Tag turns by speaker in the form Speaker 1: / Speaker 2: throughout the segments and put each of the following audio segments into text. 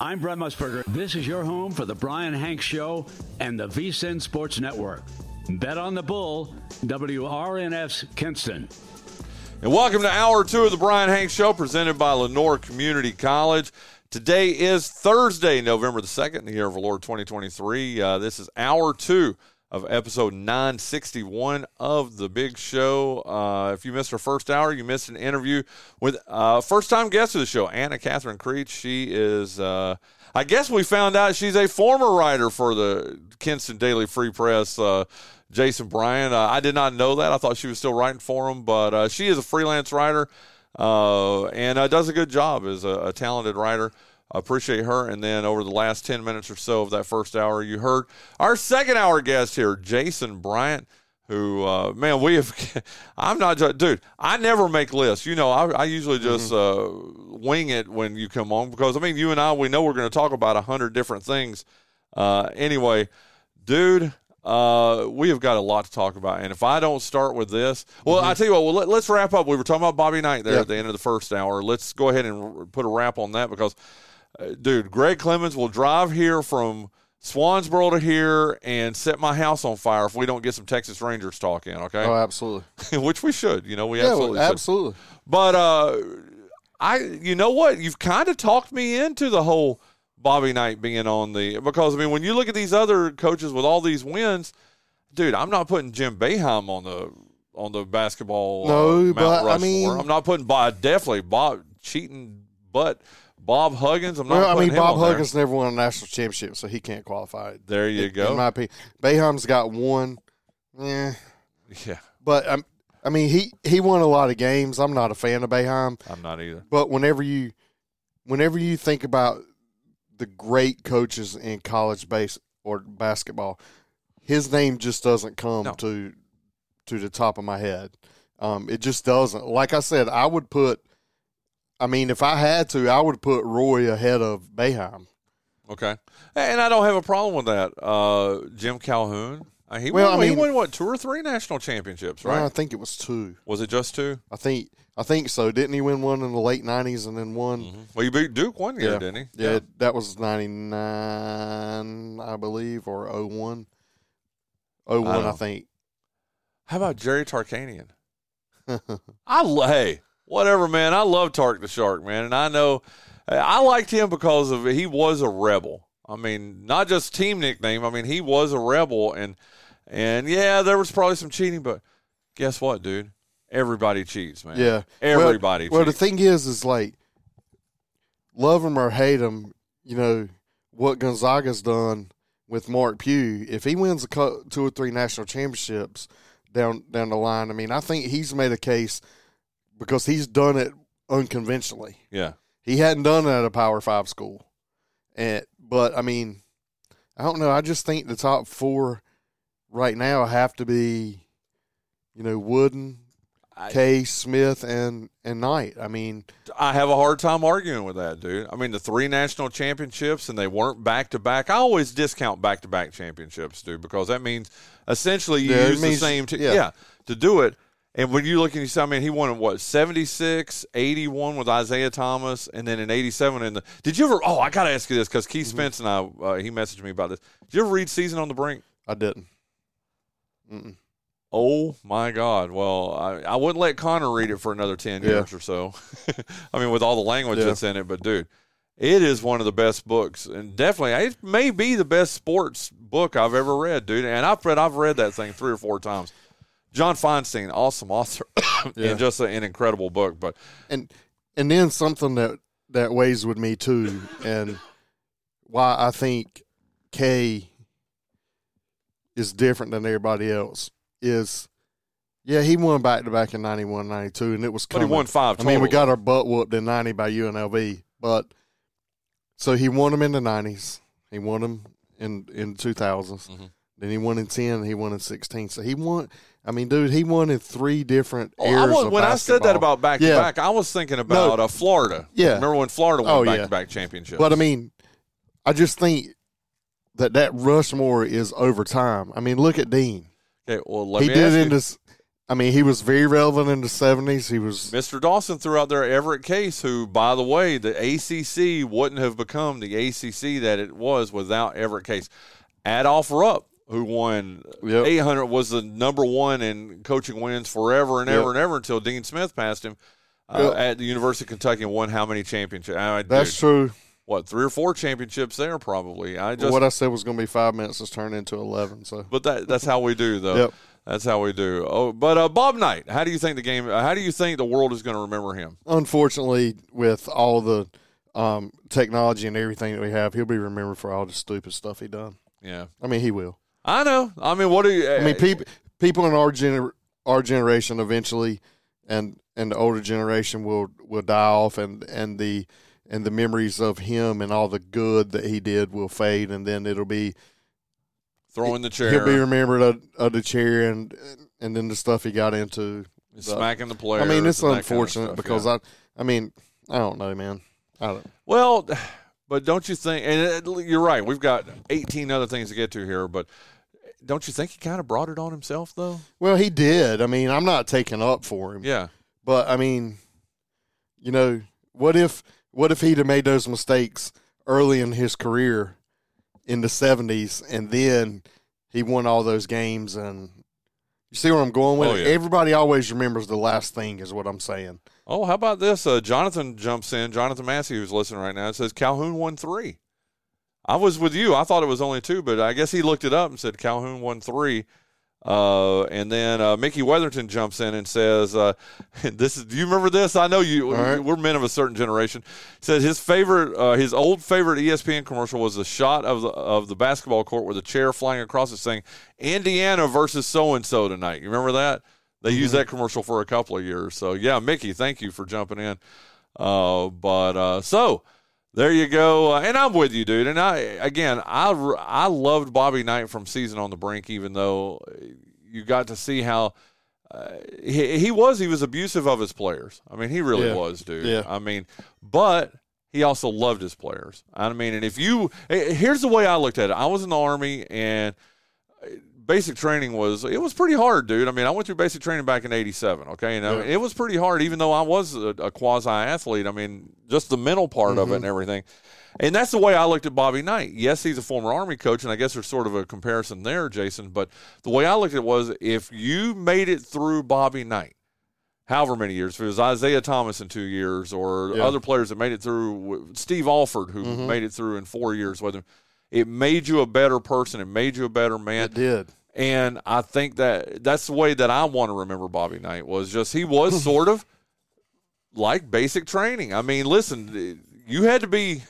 Speaker 1: I'm Brett Musburger. This is your home for the Brian Hanks Show and the VSIN Sports Network. Bet on the Bull, WRNF's Kinston.
Speaker 2: And welcome to hour two of the Brian Hanks Show, presented by Lenore Community College. Today is Thursday, November the 2nd, the year of our Lord 2023. Uh, this is hour two of episode 961 of the big show. Uh, if you missed our first hour, you missed an interview with uh, first time guest of the show, Anna Catherine Creech. She is, uh, I guess we found out she's a former writer for the Kinston Daily Free Press. Uh, Jason Bryan. Uh, I did not know that. I thought she was still writing for him, but uh, she is a freelance writer uh, and uh, does a good job as a, a talented writer appreciate her. And then over the last 10 minutes or so of that first hour, you heard our second hour guest here, Jason Bryant, who, uh, man, we have, I'm not, ju- dude, I never make lists. You know, I, I usually just uh, wing it when you come on because, I mean, you and I, we know we're going to talk about a 100 different things. Uh, anyway, dude. Uh, we have got a lot to talk about, and if I don't start with this, well, I tell you what. Well, let, let's wrap up. We were talking about Bobby Knight there
Speaker 3: Mm-hmm. Yeah.
Speaker 2: at the end of the first hour. Let's go ahead and r- put a wrap on that because uh, dude, Greg Clemens will drive here from Swansboro to here and set my house on fire if we don't get some Texas Rangers talk in, okay?
Speaker 3: Oh, absolutely.
Speaker 2: Which we should, you know, we
Speaker 3: Yeah,
Speaker 2: absolutely
Speaker 3: well,
Speaker 2: should.
Speaker 3: absolutely.
Speaker 2: But uh I you know what? You've kind of talked me into the whole Bobby Knight being on the because I mean when you look at these other coaches with all these wins, dude, I'm not putting Jim Beheim on the on the basketball
Speaker 3: No,
Speaker 2: uh, Mount
Speaker 3: but, I
Speaker 2: Rushmore.
Speaker 3: mean-
Speaker 2: I'm not putting Bob definitely Bob cheating but Bob Huggins, I'm not
Speaker 3: Well, I
Speaker 2: putting
Speaker 3: mean,
Speaker 2: him
Speaker 3: Bob
Speaker 2: on there.
Speaker 3: Huggins never won a national championship, so he can't qualify.
Speaker 2: There you
Speaker 3: in-
Speaker 2: go.
Speaker 3: In my opinion, Bayham's got one. Yeah,
Speaker 2: yeah,
Speaker 3: but um, I mean, he he won a lot of games. I'm not a fan of Bayham,
Speaker 2: I'm not either.
Speaker 3: but whenever you whenever you think about the great coaches in college base or basketball, his name just doesn't come
Speaker 2: No.
Speaker 3: to to the top of my head. Um, it just doesn't. Like I said, I would put. I mean, if I had to, I would put Roy ahead of Bayham.
Speaker 2: Okay, and I don't have a problem with that. Uh, Jim Calhoun, uh, he
Speaker 3: Well,
Speaker 2: won.
Speaker 3: I
Speaker 2: he
Speaker 3: mean-
Speaker 2: won what two or three national championships, right?
Speaker 3: I think it was two.
Speaker 2: was it just 2
Speaker 3: I think I think so. Didn't he win one in the late nineties and then one?
Speaker 2: Well, you beat Duke one year,
Speaker 3: Mm-hmm. Yeah.
Speaker 2: didn't he?
Speaker 3: Yeah, that was ninety nine, I believe, or 01. 01,
Speaker 2: I don't
Speaker 3: I,
Speaker 2: know.
Speaker 3: think.
Speaker 2: How about Jerry Tarkanian? I lo- hey, whatever, man. I love Tark the Shark, man, and I know I liked him because of he was a rebel. I mean, not just team nickname. I mean, he was a rebel, and and yeah, there was probably some cheating, but guess what, dude? Everybody cheats, man.
Speaker 3: Yeah,
Speaker 2: everybody.
Speaker 3: Well, well, the
Speaker 2: cheats.
Speaker 3: thing is, is like love him or hate him, you know what Gonzaga's done with Mark Pugh. If he wins a cou- two or three national championships down down the line, I mean, I think he's made a case because he's done it unconventionally.
Speaker 2: yeah.
Speaker 3: He hadn't done it at a Power Five school, and but I mean, I don't know. I just think the top four right now have to be, you know, Wooden,
Speaker 2: I-
Speaker 3: Case, Smith, and and Knight. I mean,
Speaker 2: I have a hard time arguing with that, dude. I mean, the three national championships and they weren't back to back. I always discount back to back championships, dude, because that means essentially you
Speaker 3: Yeah, it
Speaker 2: use
Speaker 3: means-
Speaker 2: the same, t- yeah.
Speaker 3: yeah.
Speaker 2: to do it. And when you look and you say, I mean, he won in what, 76, 81 with Isaiah Thomas, and then in 87. In the, did you ever, oh, I got to ask you this because
Speaker 3: Mm-hmm.
Speaker 2: Keith Spence and I, uh, he messaged me about this. Did you ever read Season on the Brink?
Speaker 3: I didn't. Mm-mm.
Speaker 2: Oh my God! Well, I, I wouldn't let Connor read it for another ten
Speaker 3: Yeah.
Speaker 2: years or so. I mean, with all the language
Speaker 3: Yeah.
Speaker 2: that's in it, but dude, it is one of the best books, and definitely it may be the best sports book I've ever read, dude. And I've read I've read that thing three or four times. John Feinstein, awesome author,
Speaker 3: Yeah.
Speaker 2: and just a, an incredible book. But
Speaker 3: And and then something that that weighs with me too, and why I think K is different than everybody else is. Yeah, he won back to back in 91, 92, and it was
Speaker 2: but
Speaker 3: coming.
Speaker 2: he won five.
Speaker 3: I mean, we
Speaker 2: total.
Speaker 3: got our butt whooped in 90 by UNLV, but so he won them in the 90s. He won them in in 2000s.
Speaker 2: Mhm.
Speaker 3: Then he won in 10, he won in 16. So he won I mean, dude, he won in three different
Speaker 2: Oh, I
Speaker 3: eras
Speaker 2: was-
Speaker 3: of
Speaker 2: when I said that
Speaker 3: basketball.
Speaker 2: about back
Speaker 3: Yeah.
Speaker 2: to back, I was thinking about uh, Florida.
Speaker 3: Yeah.
Speaker 2: remember when Florida
Speaker 3: Oh,
Speaker 2: won
Speaker 3: yeah.
Speaker 2: back to back championships?
Speaker 3: But I mean, I just think that that Rushmore is over time. I mean, look at Dean.
Speaker 2: okay, well, let
Speaker 3: he
Speaker 2: me
Speaker 3: did
Speaker 2: ask
Speaker 3: it
Speaker 2: you.
Speaker 3: in this I mean, he was very relevant in the seventies. He was
Speaker 2: Mr. Dawson threw out there Everett Case, who, by the way, the ACC wouldn't have become the ACC that it was without Everett Case. Adolph Rupp, who won
Speaker 3: Yep.
Speaker 2: 800, was the number one in coaching wins forever and ever
Speaker 3: Yep.
Speaker 2: and ever until Dean Smith passed him uh,
Speaker 3: Yep.
Speaker 2: at the University of Kentucky and won how many championships? I,
Speaker 3: that's
Speaker 2: dude,
Speaker 3: true.
Speaker 2: what three or four championships there probably. I
Speaker 3: But
Speaker 2: just
Speaker 3: what I said was going to be five minutes has turned into eleven. So
Speaker 2: but that that's how we do though.
Speaker 3: Yep.
Speaker 2: That's how we do. Oh, but uh, Bob Knight, how do you think the game? uh, How do you think the world is going to remember him?
Speaker 3: unfortunately, with all the um, technology and everything that we have, he'll be remembered for all the stupid stuff he done.
Speaker 2: Yeah,
Speaker 3: I mean, he will.
Speaker 2: I know. I mean, what do you? eh,
Speaker 3: I mean, people people in our gener- our generation eventually, and and the older generation will will die off, and and the and the memories of him and all the good that he did will fade, and then it'll be
Speaker 2: throwing the chair,
Speaker 3: he'll be remembered of, of the chair and and then the stuff he got into.
Speaker 2: smacking the player.
Speaker 3: I mean, it's unfortunate because I I mean I don't know, man. I don't.
Speaker 2: well, but don't you think? And it, you're right. We've got 18 other things to get to here, but eh, don't you think he kind of brought it on himself though?
Speaker 3: Well, he did. I mean, I'm not taking up for him.
Speaker 2: Yeah.
Speaker 3: But I mean, you know, what if what if he'd have made those mistakes early in his career in the seventies and then he won all those games and you see where I'm going with
Speaker 2: Oh,
Speaker 3: it?
Speaker 2: yeah.
Speaker 3: Everybody always remembers the last thing is what I'm saying.
Speaker 2: Oh, how about this? Uh, Jonathan jumps in. Jonathan Massey, who's listening right now, says Calhoun won three. I was with you. I thought it was only two, but I guess he looked it up and said Calhoun won three. Uh, and then uh, Mickey Weatherington jumps in and says, uh, "This is. Do you remember this? I know you.
Speaker 3: All right.
Speaker 2: We're men of a certain generation." Says his favorite, uh, his old favorite ESPN commercial was the shot of the of the basketball court with a chair flying across it, saying "Indiana versus so and so tonight." You remember that? They
Speaker 3: Mm-hmm.
Speaker 2: used that commercial for a couple of years. So yeah, Mickey, thank you for jumping in. Uh, but uh, so there you go, uh, and I'm with you, dude. And I again, I r- I loved Bobby Knight from season on the brink, even though uh, you got to see how uh, he, he was he was abusive of his players. I mean, he really
Speaker 3: Yeah.
Speaker 2: was, dude.
Speaker 3: Yeah.
Speaker 2: I mean, but he also loved his players. I mean, and if you eh, here's the way I looked at it, I was in the army and eh, basic training was it was pretty hard, dude. I mean, I went through basic training back in '87. Okay, and I
Speaker 3: Yeah.
Speaker 2: mean, it was pretty hard, even though I was a, a quasi athlete. I mean, just the mental part of it
Speaker 3: Mm-hmm.
Speaker 2: and everything. And that's the way I looked at Bobby Knight. Yes, he's a former Army coach, and I guess there's sort of a comparison there, Jason. But the way I looked at it was, if you made it through Bobby Knight, however many years, if it was Isaiah Thomas in two years, or
Speaker 3: Yeah. Mm-hmm.
Speaker 2: other players that made it through, Steve Alford, who made it through in four years with him. It made you a better person. It made you a better man.
Speaker 3: It did.
Speaker 2: And I think that that's the way that I want to remember Bobby Knight was just he was sort of like basic training. I mean, listen, you had to be,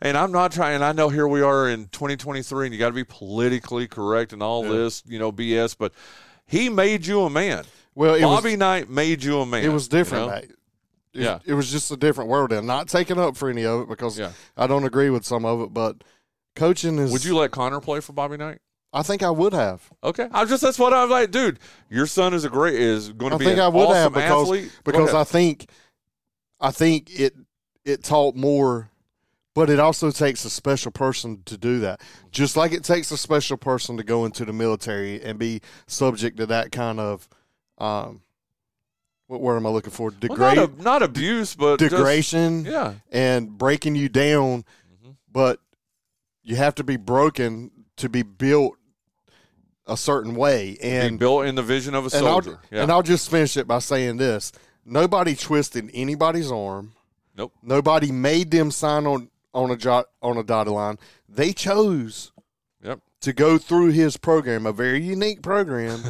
Speaker 2: and I'm not trying. I know here we are in 2023, and you got to be politically correct and all this, you know, BS. But he made you a man.
Speaker 3: Well, it
Speaker 2: Bobby
Speaker 3: was
Speaker 2: Knight made you a man.
Speaker 3: it was
Speaker 2: you
Speaker 3: different.
Speaker 2: know?
Speaker 3: back- It,
Speaker 2: Yeah.
Speaker 3: it was just a different world, and not taking up for any of it because
Speaker 2: Yeah.
Speaker 3: I don't agree with some of it. But coaching is.
Speaker 2: Would you let Connor play for Bobby Knight?
Speaker 3: I think I would have.
Speaker 2: Okay, I just that's what I'm like, dude. Your son is a great is going to
Speaker 3: I
Speaker 2: be
Speaker 3: think
Speaker 2: an
Speaker 3: I would
Speaker 2: awesome
Speaker 3: have because
Speaker 2: athlete.
Speaker 3: because
Speaker 2: Go
Speaker 3: I
Speaker 2: ahead.
Speaker 3: think I think it it taught more, but it also takes a special person to do that. Just like it takes a special person to go into the military and be subject to that kind of um, what word am I looking for?
Speaker 2: Well,
Speaker 3: Degrade,
Speaker 2: not, a, not abuse, but just-
Speaker 3: degradation,
Speaker 2: yeah. Mm-hmm.
Speaker 3: and breaking you down. But you have to be broken to be built a certain way, and
Speaker 2: be built in the vision of a
Speaker 3: and I'll,
Speaker 2: soldier. Yeah.
Speaker 3: and I'll just finish it by saying this: nobody twisted anybody's arm.
Speaker 2: Nope.
Speaker 3: Nobody made them sign on on a jot on a dotted line. They chose
Speaker 2: Yep.
Speaker 3: to go through his program, a very unique program,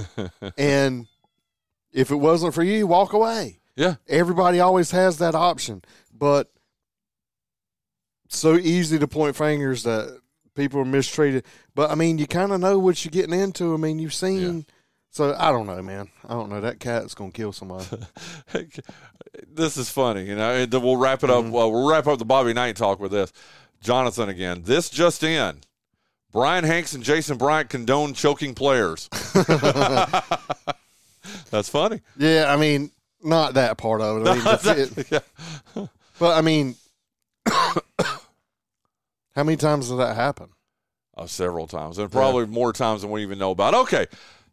Speaker 3: and if it wasn't for you, walk away.
Speaker 2: Yeah.
Speaker 3: Everybody always has that option, but so easy to point fingers that people are mistreated. But I mean, you kind of know what you're getting into. I mean, you've seen. So I don't know, man. I don't know. That cat's gonna kill somebody.
Speaker 2: this is funny. You know, and then we'll wrap it
Speaker 3: Mm-hmm.
Speaker 2: up. Well, we'll wrap up the Bobby Knight talk with this. Jonathan again. This just in. Brian Hanks and Jason Bryant condone choking players. That's funny.
Speaker 3: yeah, I mean, not that part of it. I mean, the fit-
Speaker 2: Yeah.
Speaker 3: but I mean, how many times did that happen?
Speaker 2: Oh, several times, and probably more times than we even know about. Okay,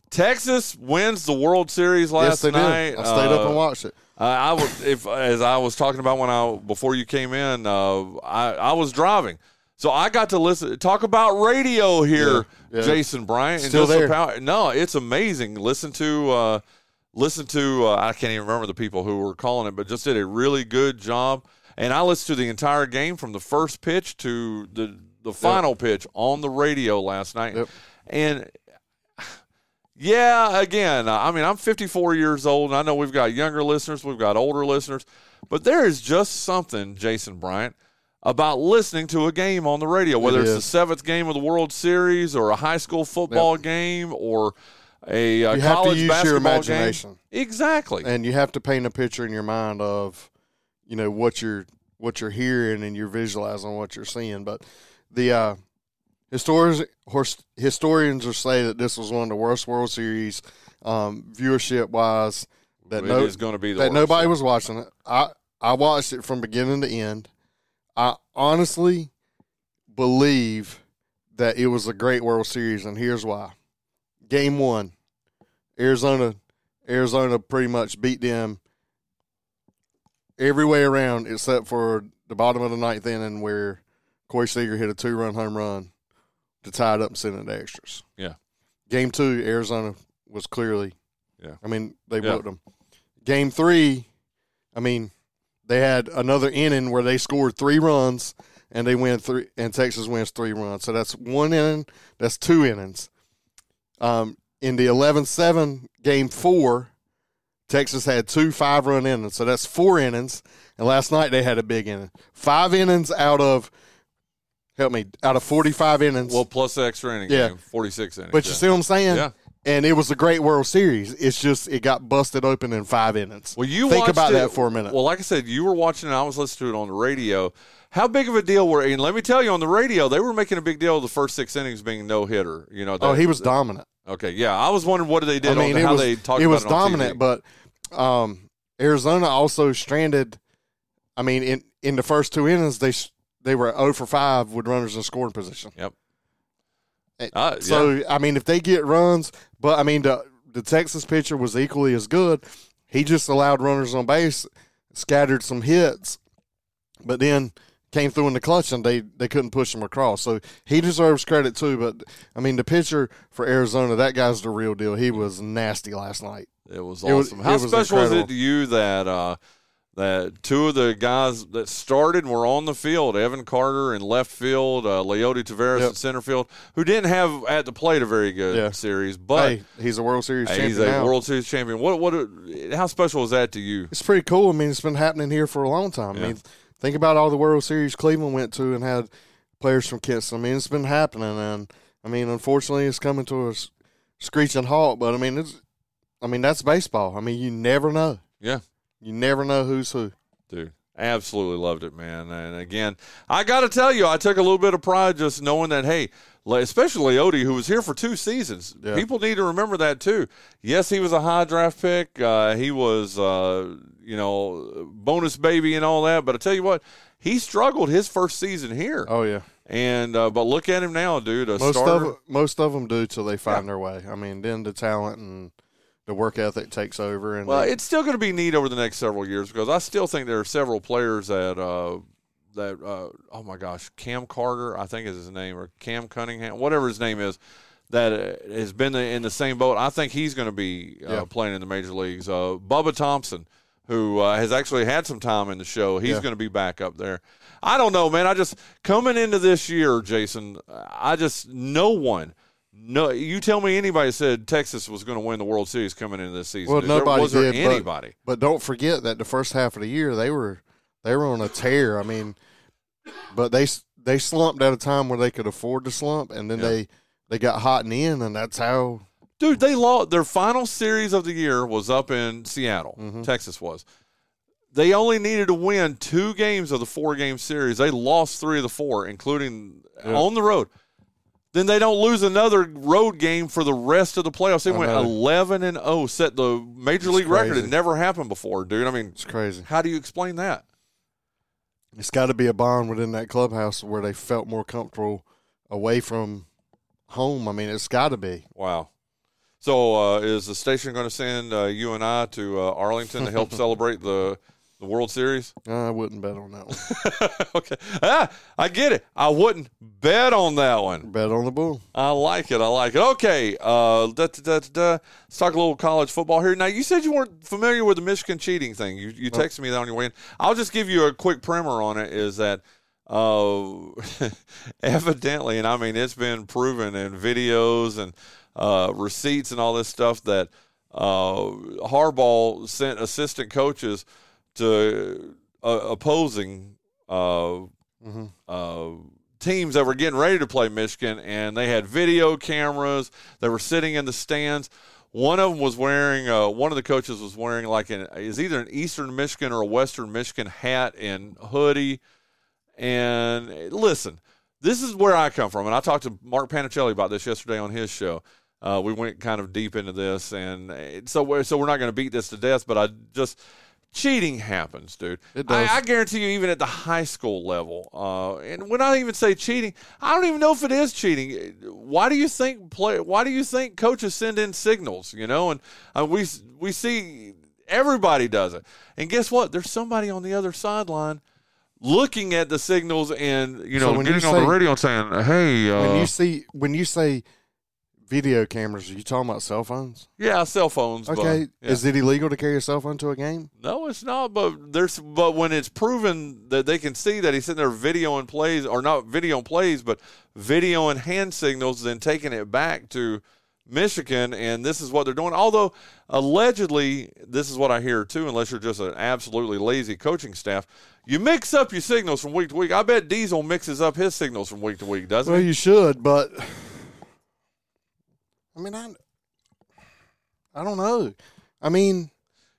Speaker 2: Texas wins the World Series
Speaker 3: yes,
Speaker 2: last
Speaker 3: they
Speaker 2: night.
Speaker 3: did. I stayed up
Speaker 2: Uh,
Speaker 3: and watched it.
Speaker 2: Uh, I was if as I was talking about when I before you came in, uh, I I was driving, so I got to listen. Talk about radio here,
Speaker 3: Yeah, yeah.
Speaker 2: Jason Bryant.
Speaker 3: Still
Speaker 2: Joseph
Speaker 3: there.
Speaker 2: Powell. No, it's amazing. Listen to uh, listen to uh, I can't even remember the people who were calling it, but just did a really good job. And I listened to the entire game from the first pitch to the the final pitch on the radio last night,
Speaker 3: Yep.
Speaker 2: and yeah, again, I mean, I'm 54 years old, and I know we've got younger listeners, we've got older listeners, but there is just something, Jason Bryant, about listening to a game on the radio, whether it's the
Speaker 3: is.
Speaker 2: seventh game of the World Series or a high school football game or a uh,
Speaker 3: You have to
Speaker 2: college
Speaker 3: use your
Speaker 2: basketball
Speaker 3: imagination.
Speaker 2: game. Exactly.
Speaker 3: And you have to paint a picture in your mind of, you know, what you're what you're hearing and you're visualizing what you're seeing. But the uh, historians hors- historians are say that this was one of the worst World Series um, viewership wise that
Speaker 2: It
Speaker 3: no
Speaker 2: is gonna be the
Speaker 3: that
Speaker 2: worst.
Speaker 3: nobody was watching it. I I watched it from beginning to end. I honestly believe that it was a great World Series, and here's why. Game one, Arizona, Arizona pretty much beat them every way around except for the bottom of the ninth inning where Corey Seager hit a two-run home run to tie it up and send it to extras.
Speaker 2: Yeah.
Speaker 3: Game two, Arizona was clearly.
Speaker 2: Yeah.
Speaker 3: I mean, they
Speaker 2: Yeah.
Speaker 3: whooped them. Game three, I mean, they had another inning where they scored three runs and they win three, and Texas wins three runs. So that's one inning. That's two innings. Um, in the 11-7 game four, Texas had two five-run innings, so that's four innings. And last night they had a big inning, five innings out of help me out of forty-five innings.
Speaker 2: well, plus the extra inning
Speaker 3: Yeah.
Speaker 2: game, 46 innings.
Speaker 3: but you
Speaker 2: yeah.
Speaker 3: see what I'm saying?
Speaker 2: Yeah.
Speaker 3: And it was a great World Series. It's just it got busted open in five innings.
Speaker 2: Well, you
Speaker 3: think
Speaker 2: watched
Speaker 3: about
Speaker 2: it-
Speaker 3: that for a minute.
Speaker 2: Well, like I said, you were watching it. I was listening to it on the radio. How big of a deal were? And let me tell you, on the radio, they were making a big deal of the first six innings being no hitter. You know.
Speaker 3: oh,
Speaker 2: that-
Speaker 3: he was dominant.
Speaker 2: okay. Yeah, I was wondering what they did.
Speaker 3: I mean,
Speaker 2: on
Speaker 3: it
Speaker 2: how
Speaker 3: was
Speaker 2: they talked
Speaker 3: it
Speaker 2: about
Speaker 3: was
Speaker 2: it on
Speaker 3: dominant,
Speaker 2: TV.
Speaker 3: but um, Arizona also stranded. I mean, in in the first two innings, they s- they were 0 for five with runners in scoring position.
Speaker 2: Yep.
Speaker 3: Eh,
Speaker 2: Uh,
Speaker 3: So
Speaker 2: yeah.
Speaker 3: I mean, if they get runs, but I mean the the Texas pitcher was equally as good. He just allowed runners on base, scattered some hits, but then came through in the clutch and they they couldn't push him across. So he deserves credit too. But I mean, the pitcher for Arizona, that guy's the real deal. He was nasty last night.
Speaker 2: It was
Speaker 3: It was-
Speaker 2: awesome.
Speaker 3: it
Speaker 2: How
Speaker 3: was
Speaker 2: special is it
Speaker 3: incredible.
Speaker 2: to you that uh, that two of the guys that started were on the field, Evan Carter in left field, uh, Leody Taveras
Speaker 3: Yep.
Speaker 2: in center field, who didn't have at the plate a very good
Speaker 3: Yeah.
Speaker 2: series, but.
Speaker 3: hey, he's a World Series
Speaker 2: Hey,
Speaker 3: champion
Speaker 2: he's a
Speaker 3: now.
Speaker 2: World Series champion. What? What? How special is that to you?
Speaker 3: it's pretty cool. I mean, it's been happening here for a long time. I mean, think about all the World Series Cleveland went to and had players from Kinston. I mean, it's been happening, and I mean, unfortunately, it's coming to a s- screeching halt. But I mean, it's, I mean, that's baseball. I mean, you never know.
Speaker 2: Yeah,
Speaker 3: You never know who's who.
Speaker 2: dude, absolutely loved it, man. And again, I got to tell you, I took a little bit of pride just knowing that. Hey, le- especially Odie, who was here for two seasons.
Speaker 3: Yeah.
Speaker 2: People need to remember that too. Yes, he was a high draft pick. Uh, he was, uh, you know, bonus baby and all that. But I tell you what, he struggled his first season here.
Speaker 3: Oh yeah,
Speaker 2: And uh, but look at him now, dude. A
Speaker 3: most
Speaker 2: starter.
Speaker 3: of most of them do till they find their way. I mean, then the talent and the work ethic takes over, and
Speaker 2: Well,
Speaker 3: they-
Speaker 2: it's still going to be neat over the next several years because I still think there are several players that uh, that uh, oh my gosh, Cam Carter, I think is his name, or Cam Cunningham, whatever his name is, that uh, has been in the same boat. I think he's going to be uh,
Speaker 3: Yeah.
Speaker 2: playing in the major leagues. Uh, Bubba Thompson, who uh, has actually had some time in the show, he's
Speaker 3: Yeah.
Speaker 2: going to be back up there. I don't know, man. I just coming into this year, Jason. I just no one. No, you tell me anybody said Texas was going to win the World Series coming into this season.
Speaker 3: Well,
Speaker 2: There-
Speaker 3: nobody
Speaker 2: was there
Speaker 3: did, but-
Speaker 2: anybody.
Speaker 3: But don't forget that the first half of the year they were they were on a tear. I mean, but they they slumped at a time where they could afford to slump, and then
Speaker 2: Yeah.
Speaker 3: they they got hot and in, and that's how.
Speaker 2: Dude, they lost their final series of the year was up in Seattle.
Speaker 3: Mm-hmm.
Speaker 2: Texas was. They only needed to win two games of the four game series. They lost three of the four, including on the road. Then they don't lose another road game for the rest of the playoffs. They
Speaker 3: I
Speaker 2: went
Speaker 3: know.
Speaker 2: eleven and zero, set the major
Speaker 3: It's
Speaker 2: league record. It
Speaker 3: crazy.
Speaker 2: never happened before, dude. I mean,
Speaker 3: It's crazy.
Speaker 2: how do you explain that?
Speaker 3: It's got to be a bond within that clubhouse where they felt more comfortable away from home. I mean, it's got to be.
Speaker 2: Wow. So, uh, is the station going to send uh, you and I to uh, Arlington to help celebrate the the World Series?
Speaker 3: I wouldn't bet on that one.
Speaker 2: okay, ah, I get it. I wouldn't bet on that one.
Speaker 3: bet on the bull.
Speaker 2: I like it. I like it. Okay, uh, da, da, da, da, da. let's talk a little college football here. Now, you said you weren't familiar with the Michigan cheating thing. You, you texted me that on your way in. I'll just give you a quick primer on it. Is that uh, evidently, and I mean, it's been proven in videos and uh, receipts and all this stuff that uh, Harbaugh sent assistant coaches to uh, opposing. Uh, uh, teams that were getting ready to play Michigan, and they had video cameras. They were sitting in the stands. One of them was wearing. Uh, one of the coaches was wearing like an is either an Eastern Michigan or a Western Michigan hat and hoodie. And eh, listen, this is where I come from, and I talked to Mark Panicelli about this yesterday on his show. Uh, we went kind of deep into this, and eh, so we're, so we're not going to beat this to death. But I just cheating happens, dude.
Speaker 3: It does.
Speaker 2: I, I guarantee you, even at the high school level, uh, and when I even say cheating, I don't even know if it is cheating. Why do you think play? Why do you think coaches send in signals? You know, and uh, we we see everybody does it, and guess what? There's somebody on the other sideline looking at the signals and you
Speaker 3: So
Speaker 2: know
Speaker 3: when
Speaker 2: getting
Speaker 3: you
Speaker 2: on the
Speaker 3: say-
Speaker 2: radio and saying, "Hey,
Speaker 3: when
Speaker 2: uh,
Speaker 3: you see when you say video cameras, are you talking about cell phones?
Speaker 2: yeah, cell phones." but-
Speaker 3: Okay,
Speaker 2: yeah.
Speaker 3: is it illegal to carry a cell phone to a game?
Speaker 2: No, it's not. But there's but when it's proven that they can see that he's sitting there videoing plays or not videoing plays, but videoing hand signals, then taking it back to Michigan, and this is what they're doing. Although allegedly, this is what I hear too. Unless you're just an absolutely lazy coaching staff, you mix up your signals from week to week. I bet Diesel mixes up his signals from week to week, doesn't
Speaker 3: Well,
Speaker 2: he?
Speaker 3: you should, but I mean, I I don't know. I mean,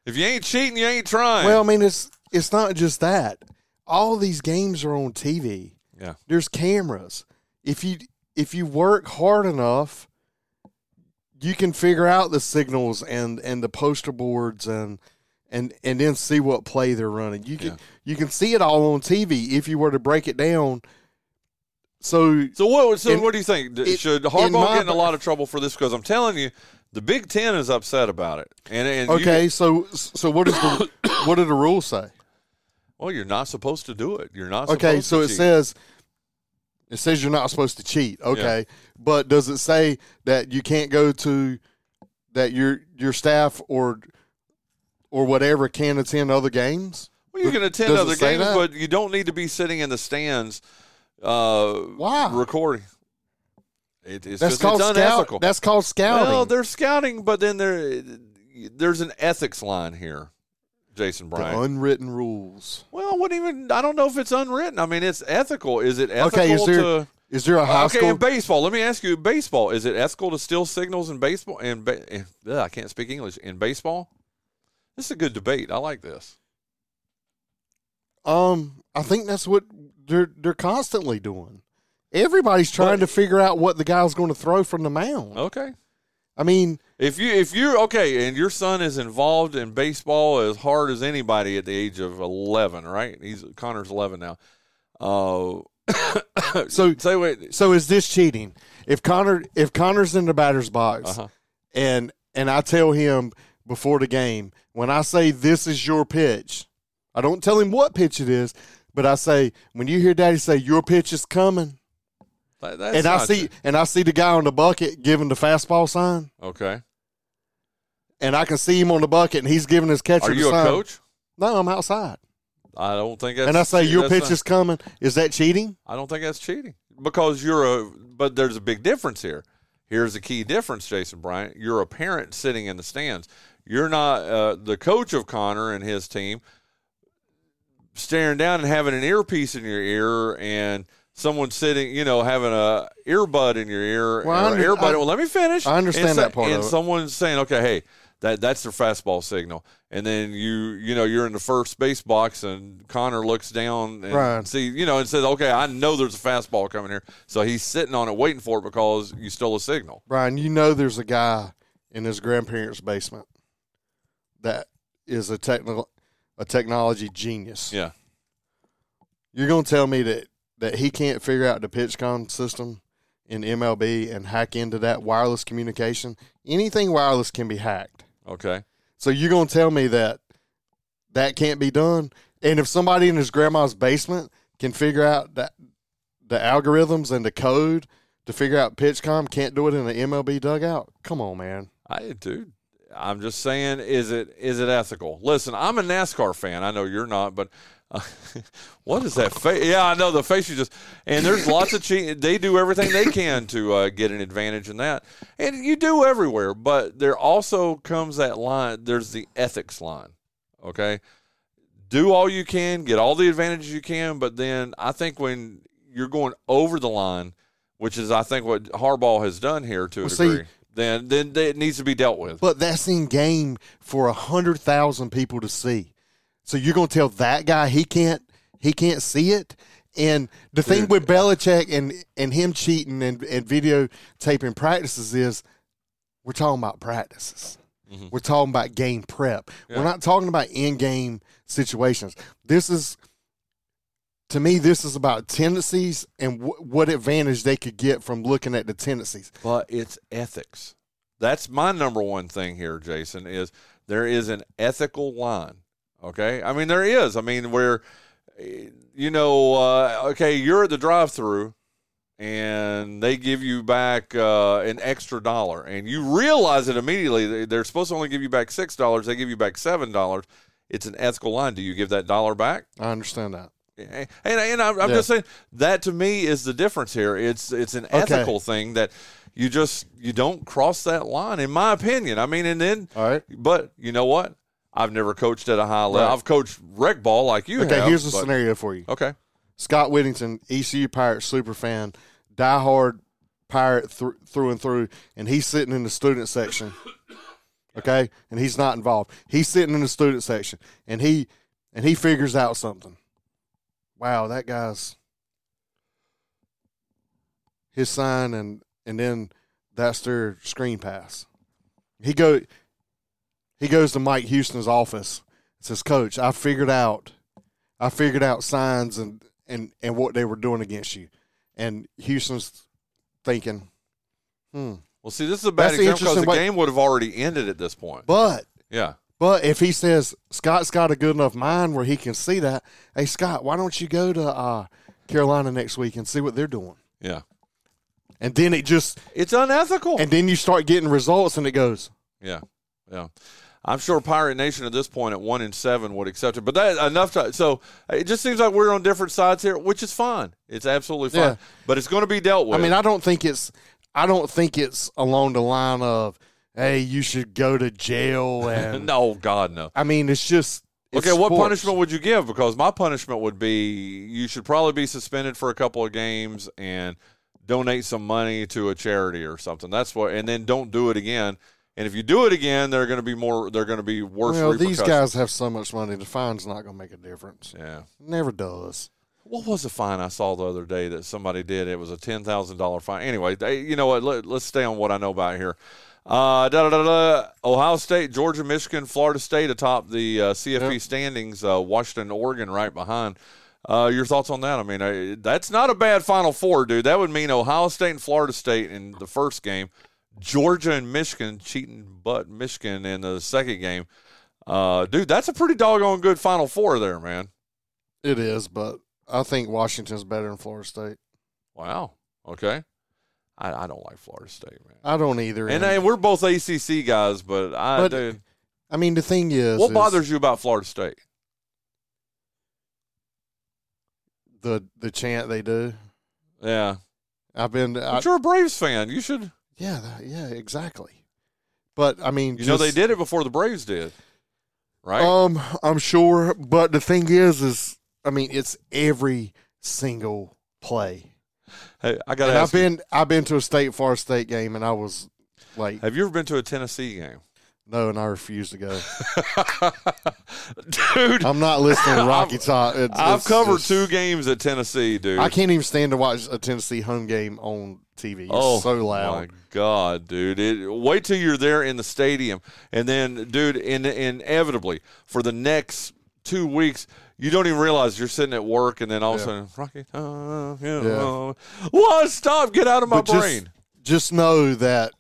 Speaker 2: If you ain't cheating, you ain't trying.
Speaker 3: well, I mean, it's it's not just that. All these games are on TV.
Speaker 2: yeah,
Speaker 3: There's cameras. If you if you work hard enough, you can figure out the signals and and the poster boards and and and then see what play they're running. You can
Speaker 2: Yeah.
Speaker 3: you can see it all on TV if you were to break it down. So
Speaker 2: So what? So
Speaker 3: In-
Speaker 2: what do you think? D-
Speaker 3: it-
Speaker 2: Should
Speaker 3: in
Speaker 2: Harbaugh
Speaker 3: my-
Speaker 2: get in a lot of trouble for this? Because I'm telling you, the Big Ten is upset about it. And, and you-
Speaker 3: okay, so so what is the what do the rules say?
Speaker 2: well, you're not supposed to do it. You're not.
Speaker 3: Okay,
Speaker 2: supposed
Speaker 3: so
Speaker 2: to
Speaker 3: it
Speaker 2: cheat.
Speaker 3: says it says you're not supposed to cheat. Okay, but does it say that you can't go to that your your staff or or whatever can attend other games?
Speaker 2: well, you can attend
Speaker 3: does it
Speaker 2: other
Speaker 3: say
Speaker 2: games,
Speaker 3: that?
Speaker 2: but you don't need to be sitting in the stands. Uh,
Speaker 3: Why?
Speaker 2: recording? It, it's
Speaker 3: Ah. That's
Speaker 2: just
Speaker 3: called
Speaker 2: it's unethical.
Speaker 3: scout. That's called scouting.
Speaker 2: Well, they're scouting, but then there there's an ethics line here, Jason
Speaker 3: the
Speaker 2: Bryant.
Speaker 3: unwritten rules.
Speaker 2: well, what even? I don't know if it's unwritten. I mean, it's ethical. Is it ethical
Speaker 3: okay, is there is
Speaker 2: to?
Speaker 3: there a high
Speaker 2: okay,
Speaker 3: school?
Speaker 2: in baseball, let me ask you: baseball is it ethical to steal signals in baseball? And ba- in, ugh, I can't speak English in baseball. This is a good debate. I like this.
Speaker 3: Um, I think that's what they're they're constantly doing. Everybody's trying to figure out what the guy's going to throw from the mound.
Speaker 2: Okay,
Speaker 3: I mean,
Speaker 2: if you if you okay, and your son is involved in baseball as hard as anybody at the age of eleven, right? He's Connor's eleven now. Uh,
Speaker 3: so
Speaker 2: say wait,
Speaker 3: so is this cheating? If Connor if Connor's in the batter's box
Speaker 2: Uh-huh.
Speaker 3: and and I tell him before the game when I say this is your pitch, I don't tell him what pitch it is, but I say when you hear Daddy say your pitch is coming,
Speaker 2: that- that's
Speaker 3: and I
Speaker 2: not
Speaker 3: see
Speaker 2: true.
Speaker 3: and I see the guy on the bucket giving the fastball sign,
Speaker 2: Okay,
Speaker 3: and I can see him on the bucket and he's giving his catcher.
Speaker 2: are
Speaker 3: the
Speaker 2: you a
Speaker 3: sign.
Speaker 2: coach?
Speaker 3: No, I'm outside.
Speaker 2: I don't think that's.
Speaker 3: and I say your
Speaker 2: that's
Speaker 3: pitch
Speaker 2: not-
Speaker 3: is coming. Is that cheating?
Speaker 2: I don't think that's cheating because you're a. But there's a big difference here. Here's the key difference, Jason Bryant. You're a parent sitting in the stands. You're not uh, the coach of Connor and his team, staring down and having an earpiece in your ear and someone sitting, you know, having a earbud in your ear.
Speaker 3: Well, I
Speaker 2: or
Speaker 3: under-
Speaker 2: earbud.
Speaker 3: I-
Speaker 2: well, let me finish.
Speaker 3: I understand
Speaker 2: And so-
Speaker 3: that part
Speaker 2: And
Speaker 3: of it.
Speaker 2: someone's saying, okay, hey, that that's their fastball signal. And then you, you know, you're in the first base box and Connor looks down and
Speaker 3: Right.
Speaker 2: see, you know, and says, okay, I know there's a fastball coming here. So he's sitting on it waiting for it because you stole a signal.
Speaker 3: Brian, you know there's a guy in his grandparents' basement that is a technical a technology genius.
Speaker 2: Yeah.
Speaker 3: You're gonna tell me that that he can't figure out the pitch con system in MLB and hack into that wireless communication. Anything wireless can be hacked.
Speaker 2: Okay.
Speaker 3: So you're going to tell me that that can't be done? And if somebody in his grandma's basement can figure out that the algorithms and the code to figure out PitchCom can't do it in an MLB dugout, come on, man.
Speaker 2: I dude, I'm just saying, is it is it ethical? Listen, I'm a NASCAR fan. I know you're not, but uh, what is that face? Yeah, I know the face you just. And there's lots of cheating. They do everything they can to uh, get an advantage in that, and you do everywhere. But there also comes that line. There's the ethics line. Okay, do all you can, get all the advantages you can, but then I think when you're going over the line, which is I think what Harbaugh has done here to a
Speaker 3: Well, see-
Speaker 2: degree. Then, then it needs to be dealt with.
Speaker 3: But that's in game for a hundred thousand people to see. So you're gonna tell that guy he can't he can't see it? And the thing with Belichick and and him cheating and, and videotaping practices is we're talking about practices. We're talking about game prep. We're not talking about in game situations. This is to me, this is about tendencies and wh- what advantage they could get from looking at the tendencies.
Speaker 2: but it's ethics. That's my number one thing here, Jason, is there is an ethical line. Okay. I mean, there is. I mean, where, eh, you know, uh, okay, you're at the drive through and they give you back uh, an extra dollar and you realize it immediately. They- They're supposed to only give you back $6. They give you back $7. It's an ethical line. Do you give that dollar back?
Speaker 3: I understand that.
Speaker 2: And and I'm, I'm
Speaker 3: Yeah.
Speaker 2: just saying that to me is the difference here. It's it's an ethical thing that you just you don't cross that line, in my opinion. I mean, and then
Speaker 3: All right.
Speaker 2: but you know what? I've never coached at a high level.
Speaker 3: Right.
Speaker 2: I've coached rec ball like you
Speaker 3: Okay,
Speaker 2: have.
Speaker 3: here's a
Speaker 2: but-
Speaker 3: scenario for you.
Speaker 2: Okay,
Speaker 3: Scott Whittington, ECU Pirate superfan, diehard Pirate thr- through and through, and he's sitting in the student section. Okay, and he's not involved. He's sitting in the student section, and he and he figures out something. Wow, that guy's his sign, and and then that's their screen pass. He go he goes to Mike Houston's office. and Says, Coach, I figured out I figured out signs and, and, and what they were doing against you. And Houston's thinking, hmm.
Speaker 2: well, see, this is a bad
Speaker 3: That's the
Speaker 2: example because
Speaker 3: interesting
Speaker 2: the
Speaker 3: way-
Speaker 2: game would have already ended at this point.
Speaker 3: But
Speaker 2: yeah,
Speaker 3: but if he says Scott's got a good enough mind where he can see that, hey Scott, why don't you go to uh, Carolina next week and see what they're doing?
Speaker 2: yeah,
Speaker 3: And then it just
Speaker 2: it's unethical.
Speaker 3: and then you start getting results and it goes,
Speaker 2: Yeah, yeah. I'm sure Pirate Nation at this point at one in seven would accept it, but that enough to so it just seems like we're on different sides here, which is fine. It's absolutely fine,
Speaker 3: Yeah.
Speaker 2: but it's going to be dealt with.
Speaker 3: I mean, I don't think it's I don't think it's along the line of, hey, you should go to jail and
Speaker 2: no, God, no.
Speaker 3: I mean it's just it's
Speaker 2: Okay, what
Speaker 3: sports.
Speaker 2: punishment would you give? Because my punishment would be you should probably be suspended for a couple of games and donate some money to a charity or something. That's what, and then don't do it again. And if you do it again, they're going to be more. They're going to be worse.
Speaker 3: Well, these
Speaker 2: repercussions.
Speaker 3: guys have so much money. The fine's not going to make a difference.
Speaker 2: Yeah.
Speaker 3: Never does.
Speaker 2: what was the fine I saw the other day that somebody did? It was a ten thousand dollar fine. Anyway, they, you know what? Let, us stay on what I know about here. Uh, da, da, da, da. Ohio State, Georgia, Michigan, Florida State atop the uh, CFP standings. Uh, Washington, Oregon, right behind. Uh, your thoughts on that? I mean, uh, that's not a bad Final Four, dude. That would mean Ohio State and Florida State in the first game, Georgia and Michigan cheating, but Michigan in the second game. Uh, dude, that's a pretty doggone good Final Four there, man.
Speaker 3: It is, but I think Washington's better than Florida State.
Speaker 2: Wow. Okay. I, I don't like Florida State, man.
Speaker 3: I don't either.
Speaker 2: And, hey, we're both ACC guys, but I
Speaker 3: But
Speaker 2: dude,
Speaker 3: I mean, the thing is,
Speaker 2: what
Speaker 3: is
Speaker 2: bothers you about Florida State?
Speaker 3: the the chant they do?
Speaker 2: Yeah,
Speaker 3: I've been, I,
Speaker 2: but you're a Braves fan. You should.
Speaker 3: yeah, that- yeah, exactly. But I mean,
Speaker 2: You know they
Speaker 3: just-
Speaker 2: did it before the Braves did, right?
Speaker 3: Um, I'm sure, but the thing is, is I mean, it's every single play.
Speaker 2: hey, I got
Speaker 3: And
Speaker 2: to
Speaker 3: I've
Speaker 2: ask. you,
Speaker 3: been, I've been to a state Florida State game, and I was like,
Speaker 2: have you ever been to a Tennessee game,
Speaker 3: no, and I refuse to go.
Speaker 2: dude?
Speaker 3: I'm not listening to Rocky Top. It's,
Speaker 2: I've
Speaker 3: it's
Speaker 2: covered
Speaker 3: just-
Speaker 2: two games at Tennessee, dude.
Speaker 3: I can't even stand to watch a Tennessee home game on TV. It's so
Speaker 2: Oh My
Speaker 3: loud.
Speaker 2: God, dude! It, wait till you're there in the stadium, and then, dude, in, inevitably for the next two weeks, you don't even realize you're sitting at work, and then all of a sudden, Rocky, uh, yeah,
Speaker 3: Yeah.
Speaker 2: uh, what? Stop! Get out of my
Speaker 3: But just-
Speaker 2: brain.
Speaker 3: Just know that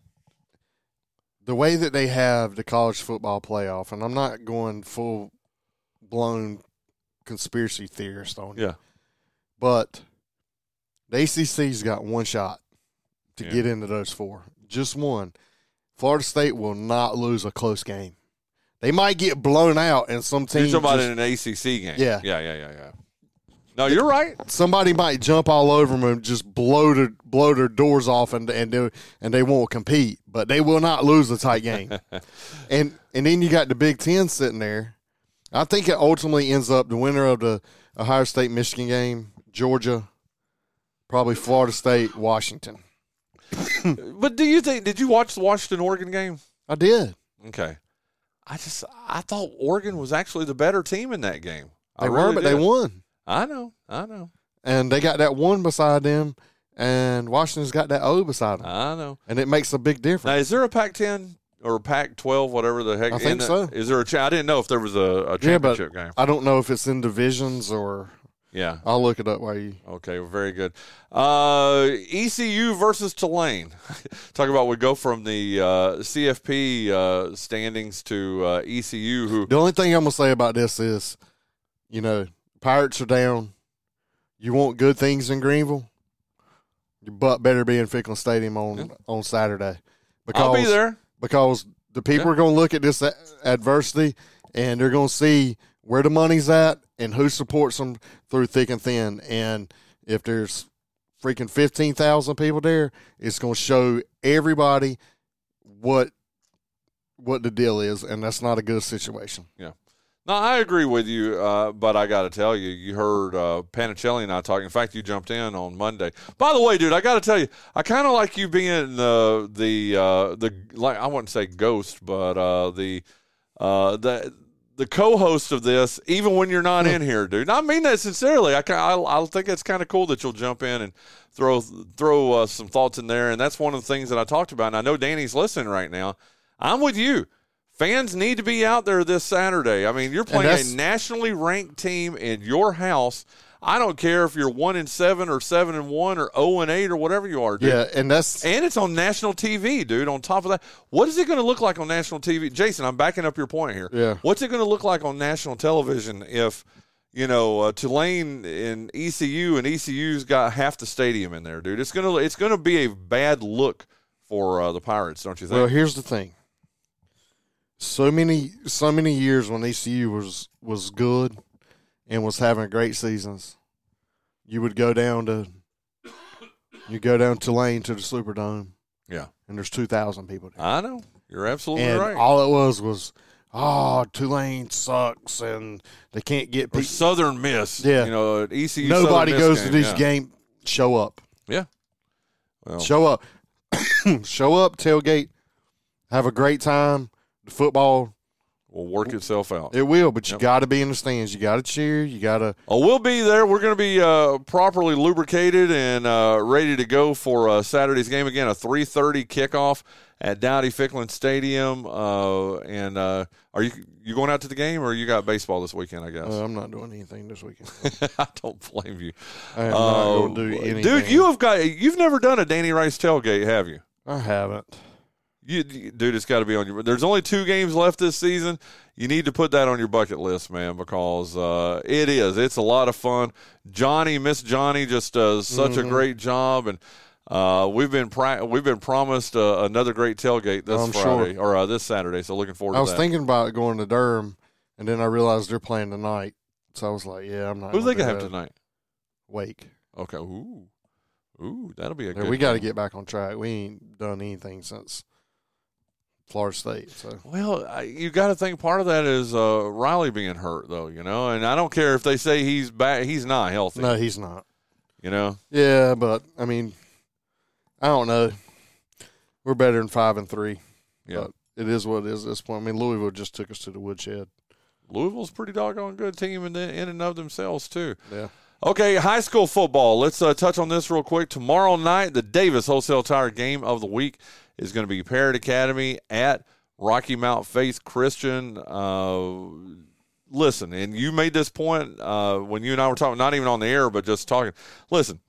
Speaker 3: the way that they have the college football playoff, and I'm not going full blown conspiracy theorist on you,
Speaker 2: yeah,
Speaker 3: but the ACC's got one shot to
Speaker 2: Yeah.
Speaker 3: get into those four, just one. Florida State will not lose a close game. They might get blown out, and some
Speaker 2: you're
Speaker 3: team
Speaker 2: talking about
Speaker 3: just-
Speaker 2: in an ACC game.
Speaker 3: Yeah.
Speaker 2: yeah, yeah, yeah, yeah. No, you're right.
Speaker 3: somebody might jump all over them and just blow their, blow their doors off and and do, and they won't compete, but they will not lose a tight game. and and then you got the Big Ten sitting there. I think it ultimately ends up the winner of the Ohio State Michigan game, Georgia, probably Florida State, Washington.
Speaker 2: But do you think? Did you watch the Washington Oregon game?
Speaker 3: I did.
Speaker 2: Okay, I just I thought Oregon was actually the better team in that game. I
Speaker 3: They were,
Speaker 2: really
Speaker 3: but they
Speaker 2: did.
Speaker 3: won,
Speaker 2: I know, I know,
Speaker 3: and they got that one beside them, and Washington's got that O beside them,
Speaker 2: I know.
Speaker 3: and it makes a big difference.
Speaker 2: Now, is there a Pac-10 or a Pac-12, whatever the heck?
Speaker 3: I
Speaker 2: in
Speaker 3: think
Speaker 2: it?
Speaker 3: so.
Speaker 2: Is there a? Cha- I didn't know if there was a, a
Speaker 3: Yeah, but-
Speaker 2: championship game.
Speaker 3: I don't know if it's in divisions or
Speaker 2: Yeah.
Speaker 3: I'll look it up while you.
Speaker 2: Okay, well, very good. Uh, ECU versus Tulane. Talk about we go from the uh, CFP uh, standings to uh, ECU, who
Speaker 3: The only thing I'm gonna say about this is, you know, Pirates are down. You want good things in Greenville, your butt better be in Ficklin Stadium on
Speaker 2: Yeah.
Speaker 3: on Saturday. Because
Speaker 2: I'll be there.
Speaker 3: because the people
Speaker 2: Yeah.
Speaker 3: are gonna look at this a- adversity and they're gonna see where the money's at and who supports them through thick and thin. And if there's freaking fifteen thousand people there, it's gonna show everybody what what the deal is, and that's not a good situation.
Speaker 2: No, I agree with you, uh, but I got to tell you, you heard uh, Panicelli and I talking. In fact, you jumped in on Monday. By the way, dude, I got to tell you, I kind of like you being the the uh, the like I wouldn't say ghost, but uh, the uh, the the co-host of this, even when you're not in here, dude. And I mean that sincerely. I ki- I, I think it's kind of cool that you'll jump in and throw throw uh, some thoughts in there, and that's one of the things that I talked about. And I know Danny's listening right now. I'm with you. Fans need to be out there this Saturday. I mean, you're playing
Speaker 3: that's-
Speaker 2: a nationally ranked team in your house. I don't care if you're one and seven or seven and one or zero and eight or whatever you are, dude.
Speaker 3: Yeah, and that's
Speaker 2: And it's on national TV, dude. On top of that, what is it going to look like on national TV? Jason, I'm backing up your point here.
Speaker 3: Yeah.
Speaker 2: What's it going to look like on national television if, you know, uh, Tulane and ECU and ECU's got half the stadium in there, dude? It's gonna it's gonna be a bad look for uh, the Pirates, don't you think?
Speaker 3: well. Here's the thing. So many, so many years when ECU was was good and was having great seasons, you would go down to you go down Tulane to the Superdome,
Speaker 2: yeah,
Speaker 3: and there's two thousand people there,
Speaker 2: I know. You're absolutely
Speaker 3: and
Speaker 2: right.
Speaker 3: all it was was, oh, Tulane sucks, and they can't get
Speaker 2: or
Speaker 3: people.
Speaker 2: Southern Miss,
Speaker 3: Yeah.
Speaker 2: you know, an ECU.
Speaker 3: Nobody
Speaker 2: Southern Miss
Speaker 3: goes to
Speaker 2: game,
Speaker 3: these
Speaker 2: yeah.
Speaker 3: game. Show up.
Speaker 2: Yeah. Well,
Speaker 3: Show up. Show up, tailgate, have a great time. The football,
Speaker 2: will work itself out.
Speaker 3: it will, but you
Speaker 2: Yep.
Speaker 3: got to be in the stands. You got to cheer. You got to.
Speaker 2: Oh, we'll be there. We're going to be uh, properly lubricated and uh, ready to go for uh, Saturday's game again. A three thirty kickoff at Dowdy Ficklin Stadium. Uh, and uh, are you you going out to the game or you got baseball this weekend? I guess
Speaker 3: I'm not doing anything this weekend.
Speaker 2: I don't blame you.
Speaker 3: I am Uh, not
Speaker 2: Uh,
Speaker 3: going to do anything.
Speaker 2: dude, you have got you've never done a Danny Rice tailgate, have you?
Speaker 3: I haven't.
Speaker 2: You, dude, it's got to be on your. There's only two games left this season. You need to put that on your bucket list, man, because uh, it is. It's a lot of fun. Johnny, Miss Johnny, just does such
Speaker 3: Mm-hmm.
Speaker 2: a great job, and uh, we've been pra- we've been promised uh, another great tailgate this
Speaker 3: I'm sure.
Speaker 2: Friday or uh, this Saturday. So looking forward
Speaker 3: I
Speaker 2: to
Speaker 3: was
Speaker 2: that.
Speaker 3: thinking about going to Durham, and then I realized they're playing tonight. So I was like, yeah, I'm not.
Speaker 2: Who do they
Speaker 3: gonna
Speaker 2: gonna
Speaker 3: do
Speaker 2: have
Speaker 3: that.
Speaker 2: tonight?
Speaker 3: Wake.
Speaker 2: Okay, ooh, ooh, that'll be a
Speaker 3: Yeah,
Speaker 2: good.
Speaker 3: we got to
Speaker 2: game.
Speaker 3: get back on track. We ain't done anything since Florida State. So
Speaker 2: Well, I, you got to think part of that is uh, Riley being hurt, though. You know, and I don't care if they say he's back; he's not healthy.
Speaker 3: no, he's not.
Speaker 2: You know.
Speaker 3: Yeah, but I mean, I don't know. We're better than five and three.
Speaker 2: Yeah.
Speaker 3: But it is what it is at this point. I mean, Louisville just took us to the woodshed.
Speaker 2: Louisville's a pretty doggone good team in, the, in and of themselves too.
Speaker 3: Yeah.
Speaker 2: Okay, high school football. Let's uh, touch on this real quick. Tomorrow night, the Davis Wholesale Tire Game of the Week is going to be Parrot Academy at Rocky Mount Faith Christian. Uh, listen, and you made this point uh, when you and I were talking, not even on the air, but just talking. Listen,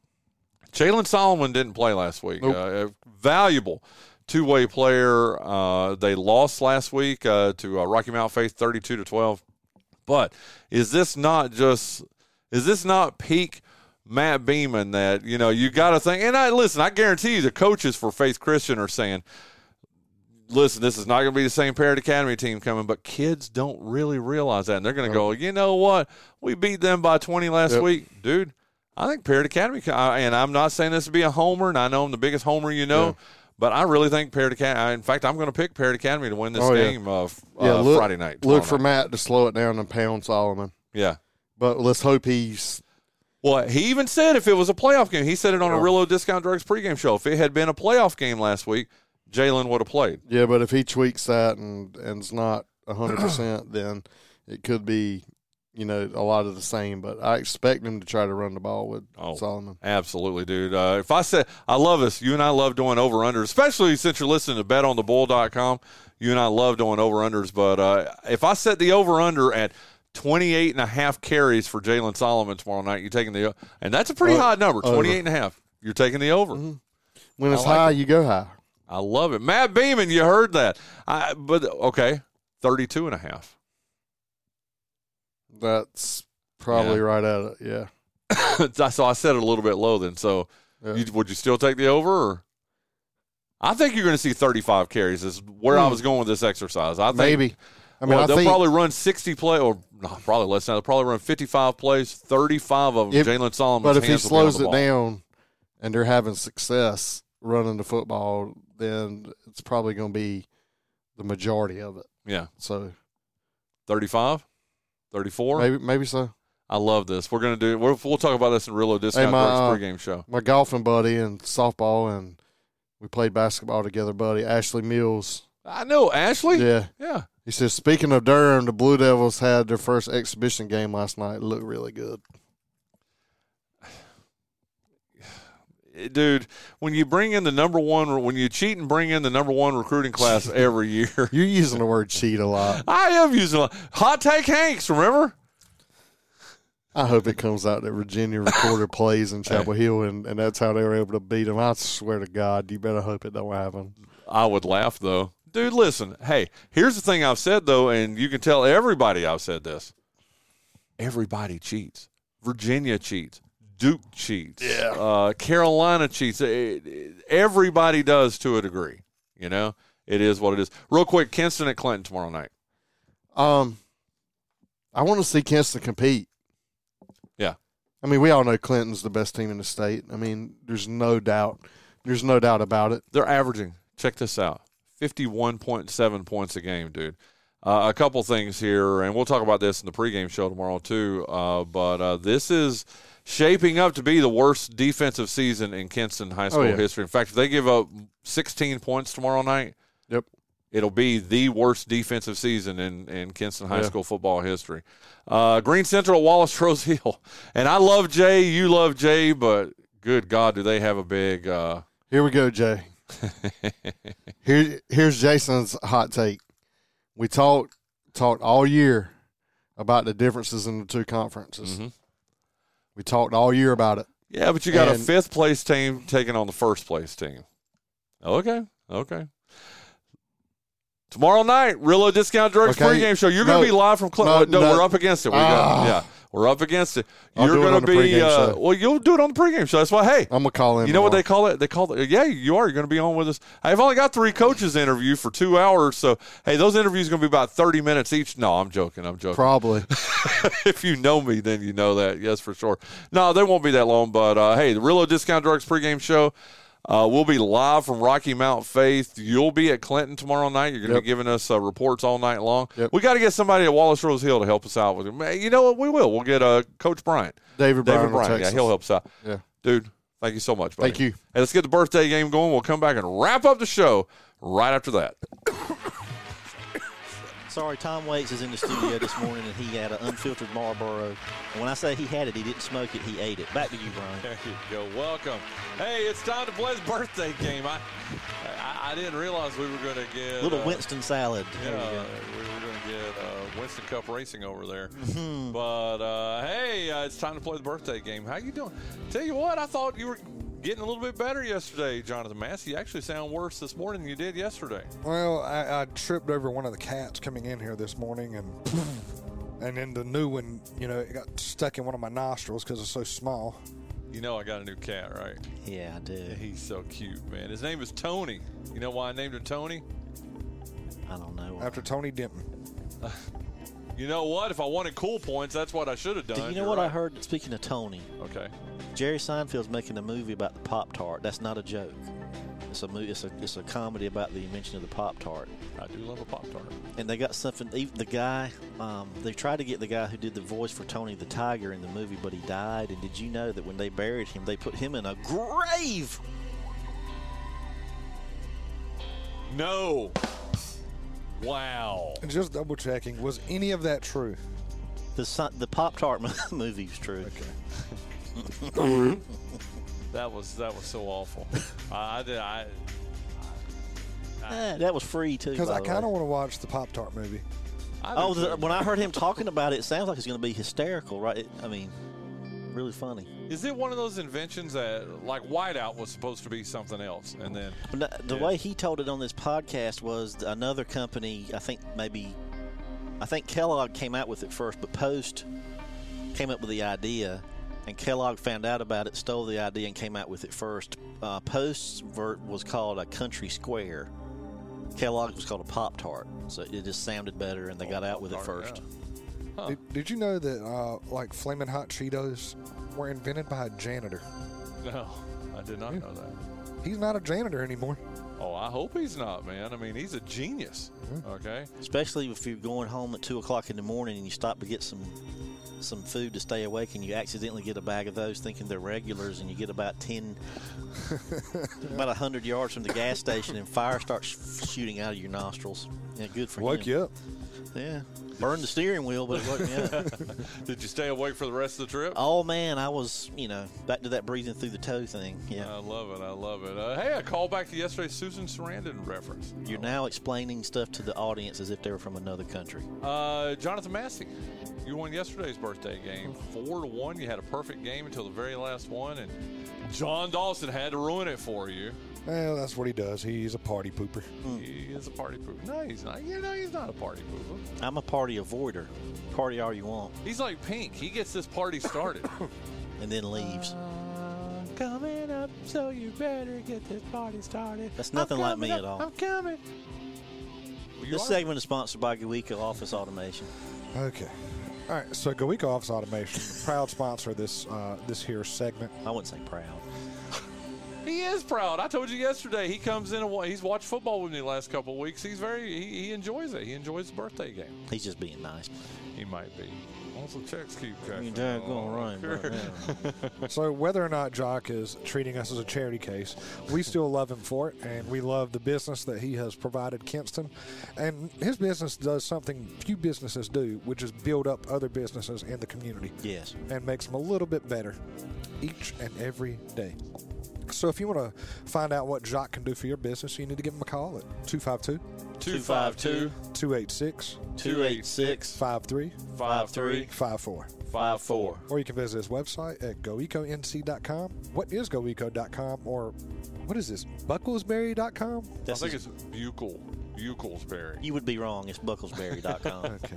Speaker 2: Jalen Solomon didn't play last week.
Speaker 3: Nope.
Speaker 2: Uh, a valuable two way player. Uh, they lost last week uh, to uh, Rocky Mount Faith 32 to 12. But is this not just is this not peak Matt Beeman that you know you got to think? And I listen, I guarantee you, the coaches for Faith Christian are saying, "Listen, this is not going to be the same parent academy team coming." But kids don't really realize that, and they're going to go, "You know what? We beat them by twenty last
Speaker 3: Yep.
Speaker 2: week, dude." I think Parrot Academy, I- and I'm not saying this to be a homer, and I know I'm the biggest homer you know, but I really think Parrot Academy. In fact, I'm going to pick Parrot Academy to win this
Speaker 3: Oh, yeah.
Speaker 2: game uh, f-
Speaker 3: Yeah,
Speaker 2: uh,
Speaker 3: look,
Speaker 2: Friday night. tomorrow
Speaker 3: Look for
Speaker 2: night.
Speaker 3: Matt to slow it down and pound Solomon.
Speaker 2: yeah.
Speaker 3: But let's hope he's
Speaker 2: Well, he even said if it was a playoff game, he said it on a
Speaker 3: Yeah.
Speaker 2: Rillo Discount Drugs pregame show. If it had been a playoff game last week, Jalen would have played.
Speaker 3: yeah. But if he tweaks that and and's not hundred percent, then it could be you know a lot of the same. But I expect him to try to run the ball with
Speaker 2: Oh.
Speaker 3: Solomon.
Speaker 2: Absolutely, dude. Uh, if I said I love this, you and I love doing over unders, especially since you're listening to betonthebull.com. You and I love doing over unders, but uh, if I set the over under at 28 and a half carries for Jalen Solomon tomorrow night, you're taking the and that's a pretty
Speaker 3: Uh,
Speaker 2: high number,
Speaker 3: over.
Speaker 2: 28 and a half. You're taking the over.
Speaker 3: When it's
Speaker 2: I like
Speaker 3: high, you go high.
Speaker 2: I love it. Matt Beeman, you heard that. I but okay, 32 and a half.
Speaker 3: That's probably
Speaker 2: Yeah.
Speaker 3: right at it. Yeah.
Speaker 2: so I set it a little bit low then. So
Speaker 3: Yeah.
Speaker 2: you, would you still take the over? Or? I think you're going to see 35 carries. Is where I
Speaker 3: Hmm.
Speaker 2: was going with this exercise. I think,
Speaker 3: Maybe. I mean,
Speaker 2: well,
Speaker 3: I
Speaker 2: they'll
Speaker 3: think
Speaker 2: probably run 60 play, or no, probably less now. They'll probably run 55 plays. 35 of them,
Speaker 3: If-
Speaker 2: Jalen Solomon.
Speaker 3: But if he slows it down and they're having success running the football, then it's probably going to be the majority of it.
Speaker 2: yeah,
Speaker 3: So
Speaker 2: 35, 34.
Speaker 3: maybe maybe so.
Speaker 2: I love this. We're going to do. We'll, we'll talk about this in Rillo Discount
Speaker 3: my,
Speaker 2: Drugs
Speaker 3: uh,
Speaker 2: pregame show.
Speaker 3: My golfing buddy and softball and we played basketball together, buddy Ashley Mills.
Speaker 2: I know Ashley. Yeah.
Speaker 3: Yeah, he says. Speaking of Durham, the Blue Devils had their first exhibition game last night. It looked really good.
Speaker 2: Eh, dude. When you bring in the number one, when you cheat and bring in the number one recruiting class every year.
Speaker 3: You're using the word cheat a lot.
Speaker 2: I am using a hot take Hanks. Remember?
Speaker 3: I hope it comes out that Virginia recorded plays in Chapel Hill, and, and that's how they were able to beat them. I swear to God, you better hope it don't happen.
Speaker 2: I would laugh though, dude. Listen, hey, here's the thing I've said though, and you can tell everybody I've said this. Everybody cheats. Virginia cheats. Duke cheats. Yeah. Uh, Carolina cheats. It- it- everybody does to a degree. You know, it is what it is. Real quick, Kinston at Clinton tomorrow night.
Speaker 3: Um, I want to see Kinston compete.
Speaker 2: Yeah.
Speaker 3: I mean, we all know Clinton's the best team in the state. I mean, there's no doubt. There's no doubt about it.
Speaker 2: They're averaging. Check this out: fifty-one point seven points a game, dude. Uh, a couple things here, and we'll talk about this in the pregame show tomorrow too. Uh, but uh, this is shaping up to be the worst defensive season in Kinston high school
Speaker 3: Oh, yeah.
Speaker 2: history. In fact, if they give up sixteen points tomorrow night,
Speaker 3: Yep.
Speaker 2: it'll be the worst defensive season in, in Kinston High
Speaker 3: Yeah.
Speaker 2: School football history. Uh, Green Central, Wallace Rose Hill, and I love Jay. You love Jay, but good God, do they have a big? Uh,
Speaker 3: Here we go, Jay. Here, here's Jason's hot take. We talked talked all year about the differences in the two conferences.
Speaker 2: Mhm.
Speaker 3: We talked all year about it.
Speaker 2: Yeah, but you got a
Speaker 3: And-
Speaker 2: fifth place team taking on the first place team. Okay, okay. Tomorrow night, Rillo Discount Drugs
Speaker 3: Okay.
Speaker 2: pregame show. You're going to
Speaker 3: No,
Speaker 2: be live from Clinton.
Speaker 3: no,
Speaker 2: No,
Speaker 3: no.
Speaker 2: we're up against it. We got,
Speaker 3: Ah.
Speaker 2: yeah, we're up against it.
Speaker 3: I'll
Speaker 2: You're
Speaker 3: do it
Speaker 2: going
Speaker 3: on
Speaker 2: to
Speaker 3: the
Speaker 2: be
Speaker 3: pregame
Speaker 2: uh,
Speaker 3: show.
Speaker 2: well. You'll do it on the pregame show. That's why. Hey,
Speaker 3: I'm gonna call him.
Speaker 2: you know what they
Speaker 3: tomorrow.
Speaker 2: call it? They call it. Yeah, you are. You're going to be on with us. I've only got three coaches to interview for two hours, so hey, those interviews going to be about thirty minutes each. No, I'm joking. I'm joking
Speaker 3: probably.
Speaker 2: if you know me, then you know that. Yes, for sure. No, they won't be that long. But uh, hey, the Rillo Discount Drugs pregame show. Uh, we'll be live from Rocky Mount Faith. You'll be at Clinton tomorrow night. You're going to
Speaker 3: Yep.
Speaker 2: be giving us uh, reports all night long.
Speaker 3: Yep.
Speaker 2: We got to get somebody at Wallace Rose Hill to help us out with it. Man, You know what? We will. We'll get uh, Coach Bryant.
Speaker 3: David Bryan
Speaker 2: David
Speaker 3: of
Speaker 2: Bryant. Yeah,
Speaker 3: Texas.
Speaker 2: he'll help us out.
Speaker 3: Yeah.
Speaker 2: Dude, thank you so much, buddy.
Speaker 3: Thank you.
Speaker 2: Hey, let's get the birthday game going. We'll come back and wrap up the show right after that.
Speaker 4: Sorry, Tom Waits is in the studio this morning and he had an unfiltered Marlboro. And when I say he had it, he didn't smoke it, he ate it. Back to you, Brian.
Speaker 2: There you go. Welcome. Hey, it's time to play the birthday game. I I, I didn't realize we were going to get
Speaker 4: Little
Speaker 2: uh,
Speaker 4: Winston salad.
Speaker 2: Yeah,
Speaker 4: There you go.
Speaker 2: we were going to get uh, Winston Cup racing over there.
Speaker 4: Mm-hmm.
Speaker 2: but uh, hey, uh, it's time to play the birthday game. How you doing? Tell you what, I thought you were getting a little bit better yesterday, Jonathan Massey. You actually sound worse this morning than you did yesterday.
Speaker 5: Well, I, I tripped over one of the cats coming in here this morning, and and then the new one, you know, it got stuck in one of my nostrils because it's so small.
Speaker 2: You know, I got a new cat, right?
Speaker 4: Yeah, I do.
Speaker 2: He's so cute, man. His name is Tony. You know why I named him Tony?
Speaker 4: I don't know.
Speaker 5: After Tony Denton,
Speaker 2: You know what? If I wanted cool points, that's what I should have done.
Speaker 4: do you know
Speaker 2: You're
Speaker 4: what I
Speaker 2: right.
Speaker 4: heard? Speaking of Tony,
Speaker 2: Okay.
Speaker 4: Jerry Seinfeld's making a movie about the Pop Tart. That's not a joke. It's a movie. It's a it's a comedy about the invention of the Pop Tart.
Speaker 2: I do love a Pop Tart.
Speaker 4: And they got something. Even the guy, um, they tried to get the guy who did the voice for Tony the Tiger in the movie, but he died. And did you know that when they buried him, they put him in a grave?
Speaker 2: No. Wow.
Speaker 5: and just double checking, was any of that true?
Speaker 4: The Si- the Pop Tart movie was true.
Speaker 2: That was that was so awful. I I did. I,
Speaker 4: Ah, that was free too.
Speaker 5: Because
Speaker 4: by
Speaker 5: I
Speaker 4: the
Speaker 5: kind of
Speaker 4: way.
Speaker 5: want to watch the Pop Tart movie.
Speaker 2: I
Speaker 4: Oh,
Speaker 2: did
Speaker 4: the,
Speaker 2: too.
Speaker 4: when I heard him talking about it, it sounds like it's going to be hysterical, right? It, I mean, really funny.
Speaker 2: is it one of those inventions that like whiteout was supposed to be something else, and then
Speaker 4: But no- the
Speaker 2: Yeah.
Speaker 4: way he told it on this podcast was another company. I think maybe, I think Kellogg came out with it first, but Post came up with the idea, and Kellogg found out about it, stole the idea, and came out with it first. Uh, Post's vert was called a country square. Kellogg's was called a Pop Tart, so it just sounded better, and they got out with it
Speaker 2: Pop-Tart,
Speaker 4: first.
Speaker 5: Did, did you know that uh, like flaming hot Cheetos were invented by a janitor?
Speaker 2: no, I did not know that.
Speaker 5: He's not a janitor anymore.
Speaker 2: Oh, I hope he's not, man. I mean, he's a genius. Okay.
Speaker 4: especially if you're going home at two o'clock in the morning and you stop to get some some food to stay awake and you accidentally get a bag of those thinking they're regulars and you get about 10 about 100 yards from the gas station and fire starts sh- shooting out of your nostrils yeah good for
Speaker 5: Woke
Speaker 4: him.
Speaker 5: you up.
Speaker 4: yeah burned the steering wheel but it woke me up
Speaker 2: Did you stay awake for the rest of the trip?
Speaker 4: oh man i was you know back to that breathing through the toe thing yeah
Speaker 5: Oh.
Speaker 2: I love it. I love it. Uh, hey, I call back to yesterday's Susan Sarandon reference.
Speaker 4: you're now explaining stuff to the audience as if they were from another country
Speaker 2: Uh, Jonathan Massey, you won yesterday's birthday game, four to one. You had a perfect game until the very last one, and John Dawson had to ruin it for you.
Speaker 5: Well, that's what he does. He's a party pooper.
Speaker 2: He is a party pooper. No, he's not. Yeah, no, he's not a party pooper.
Speaker 4: i'm a party avoider party all you want
Speaker 2: He's like Pink. He gets this party started.
Speaker 4: and then leaves
Speaker 2: Uh, coming up, so you better get this party started.
Speaker 4: That's nothing like me at all.
Speaker 2: coming.
Speaker 4: This segment is sponsored by Guico Office Automation.
Speaker 5: Okay. All right. So Goeco Office Automation, proud sponsor of this uh, this here segment.
Speaker 4: I wouldn't say proud.
Speaker 2: He is proud. I told you yesterday. He comes in and wa- he's watched football with me the last couple of weeks. He's very he, he enjoys it. He enjoys the birthday game.
Speaker 4: He's just being nice.
Speaker 2: He might be. Also, checks keep
Speaker 4: You
Speaker 2: cashing.
Speaker 4: daggone right,
Speaker 2: Sure.
Speaker 4: bro, yeah.
Speaker 5: So whether or not Jock is treating us as a charity case, we still love him for it, and we love the business that he has provided Kinston. And his business does something few businesses do, which is build up other businesses in the community.
Speaker 4: Yes.
Speaker 5: and makes them a little bit better each and every day. So if you want to find out what Jacques can do for your business, you need to give him a call at 252
Speaker 4: 252
Speaker 5: 286
Speaker 4: 286
Speaker 5: 5354.
Speaker 4: 53 54.
Speaker 5: Or you can visit his website at goeconc.com. What is goeco.com? Or what is this? Bucklesberry.com?
Speaker 2: I
Speaker 4: That's
Speaker 2: think
Speaker 4: his-
Speaker 2: it's Buccal. Bucalsberry.
Speaker 4: you would be wrong. It's bucklesberry.com.
Speaker 5: Okay.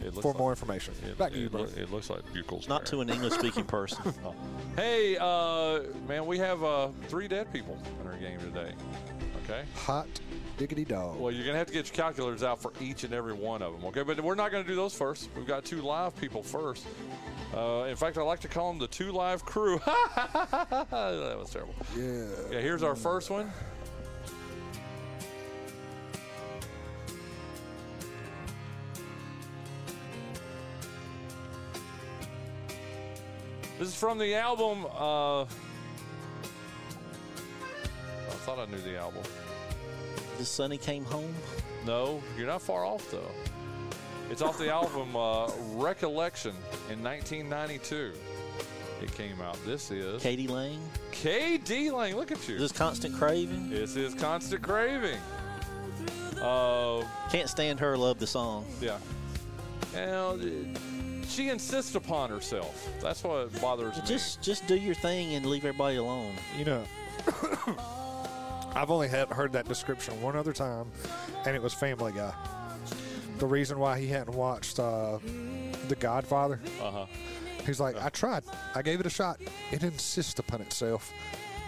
Speaker 2: It looks
Speaker 5: For
Speaker 2: like-
Speaker 5: more information.
Speaker 2: It,
Speaker 5: Back to
Speaker 2: it
Speaker 5: you, bro.
Speaker 2: look- it looks like Bucalsberry.
Speaker 4: Not to an English speaking person.
Speaker 2: Oh. Hey, uh, man, we have uh, three dead people in our game today. Okay.
Speaker 5: Hot diggity dog.
Speaker 2: Well, you're going to have to get your calculators out for each and every one of them, okay? But we're not going to do those first. We've got two live people first. Uh, in fact, I like to call them the two live crew. that was terrible.
Speaker 5: Yeah.
Speaker 2: Yeah, here's our first one. This is from the album. Uh, I thought I knew the album.
Speaker 4: the Sonny came home.
Speaker 2: No, you're not far off though. It's off the album uh, Recollection in 1992. It came out. This is
Speaker 4: Katie Lane.
Speaker 2: KD Lang. Look at you.
Speaker 4: Is this Constant Craving?
Speaker 2: This is Constant Craving. Uh, Uh,
Speaker 4: Can't stand her. Love the song.
Speaker 2: yeah. Well, she insists upon herself. That's what bothers me.
Speaker 4: Just just do your thing and leave everybody alone.
Speaker 5: You know, I've only had heard that description one other time, and it was Family Guy. The reason why he hadn't watched uh, The Godfather,
Speaker 2: Uh huh.
Speaker 5: he's like, I tried, I gave it a shot. It insists upon itself.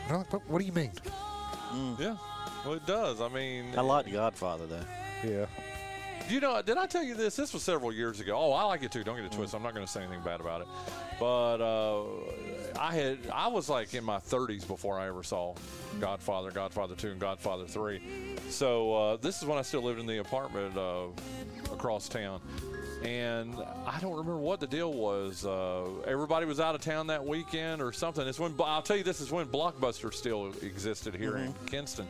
Speaker 5: And I'm like, "But what do you mean?
Speaker 2: Yeah. Well, it does. I mean,
Speaker 4: I like Godfather though.
Speaker 5: Yeah.
Speaker 2: You know, did I tell you this? This was several years ago. Oh, I like it too. Don't get it twisted. I'm not going to say anything bad about it. But uh, I had I was like in my 30s before I ever saw Godfather, Godfather 2, and Godfather 3. So uh, this is when I still lived in the apartment uh, across town. And I don't remember what the deal was. Uh, everybody was out of town that weekend or something. It's when I'll tell you this is when Blockbuster still existed here in Kinston.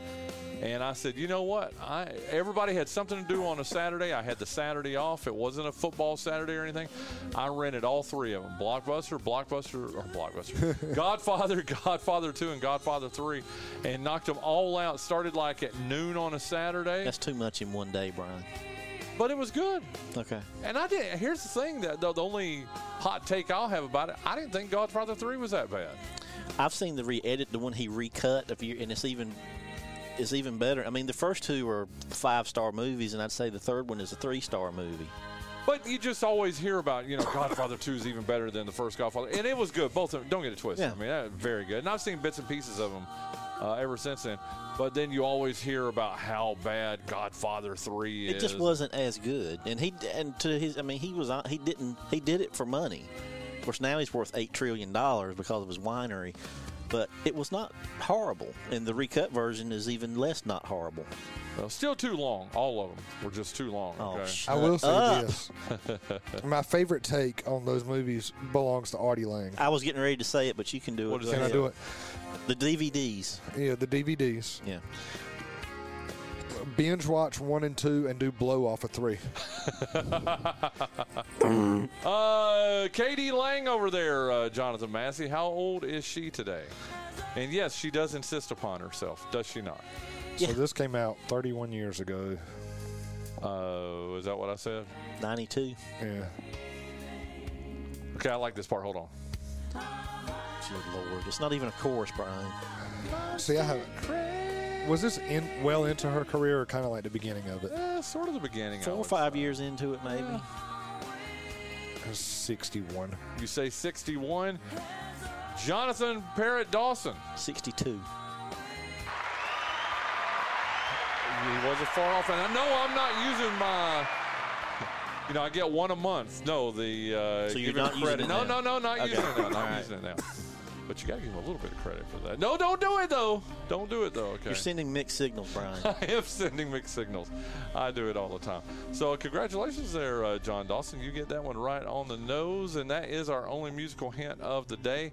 Speaker 2: And I said, you know what? I everybody had something to do on a Saturday. I had the Saturday off. It wasn't a football Saturday or anything. I rented all three of them: Blockbuster, Blockbuster, or Blockbuster, Godfather, Godfather Two, and Godfather Three, and knocked them all out. Started like at noon on a Saturday,
Speaker 4: That's too much in one day, Brian.
Speaker 2: but it was good.
Speaker 4: Okay.
Speaker 2: And I did. not Here's the thing: that the, the only hot take I'll have about it, I didn't think Godfather Three was that bad.
Speaker 4: I've seen the re-edit, the one he recut of you, and it's even it's even better. I mean, the first two are five-star movies, and I'd say the third one is a three-star movie.
Speaker 2: But you just always hear about, you know, Godfather Two is even better than the first Godfather, and it was good. Both of them. Don't get it twisted.
Speaker 4: Yeah.
Speaker 2: I mean, that was very good. And I've seen bits and pieces of them uh, ever since then. But then you always hear about how bad Godfather Three is.
Speaker 4: It just wasn't as good, and he and to his, I mean, he was on- he didn't he did it for money. Of course, now he's worth eight trillion dollars because of his winery, but it was not horrible, and the recut version is even less not horrible.
Speaker 2: Well, Uh, still too long. All of them were just too long.
Speaker 4: Oh,
Speaker 2: okay.
Speaker 5: I
Speaker 4: shut
Speaker 5: will say
Speaker 4: up.
Speaker 5: this. My favorite take on those movies belongs to Artie Lang.
Speaker 4: I was getting ready to say it, but you can do
Speaker 2: What
Speaker 4: it.
Speaker 2: is
Speaker 4: Go
Speaker 5: Can I
Speaker 4: ahead.
Speaker 5: do it?
Speaker 4: The DVDs.
Speaker 5: Yeah, the DVDs.
Speaker 4: Yeah.
Speaker 5: Binge watch one and two and do blow off of three.
Speaker 2: Uh, Katie Lang over there, uh, Jonathan Massey. How old is she today? And yes, she does insist upon herself, does she not?
Speaker 5: So this came out 31 years ago.
Speaker 2: Uh, is that what I said?
Speaker 4: 92.
Speaker 5: Yeah.
Speaker 2: Okay, I like this part. Hold on.
Speaker 4: Good Lord. It's not even a chorus, Brian.
Speaker 5: See, I haven't. Was this in well into her career, or kind of like the beginning of it?
Speaker 2: Eh, sort of the beginning. I
Speaker 4: Four or
Speaker 2: would
Speaker 4: five
Speaker 2: say.
Speaker 4: years into it, maybe.
Speaker 5: It was 61.
Speaker 2: You say 61. Jonathan Parrott Dawson.
Speaker 4: 62.
Speaker 2: He wasn't far off. And I know I'm not using my. You know, I get one a month. No, the uh,
Speaker 4: So you're
Speaker 2: giving
Speaker 4: not using
Speaker 2: credit.
Speaker 4: it
Speaker 2: no,
Speaker 4: now.
Speaker 2: no, no, not
Speaker 4: Okay.
Speaker 2: using it now.
Speaker 4: All
Speaker 2: Not
Speaker 4: right.
Speaker 2: using it now. But you got to give him a little bit of credit for that. No, don't do it though. Don't do it though. Okay.
Speaker 4: You're sending mixed signals, Brian.
Speaker 2: I am sending mixed signals. I do it all the time. So congratulations there, uh, John Dawson. You get that one right on the nose, and that is our only musical hint of the day.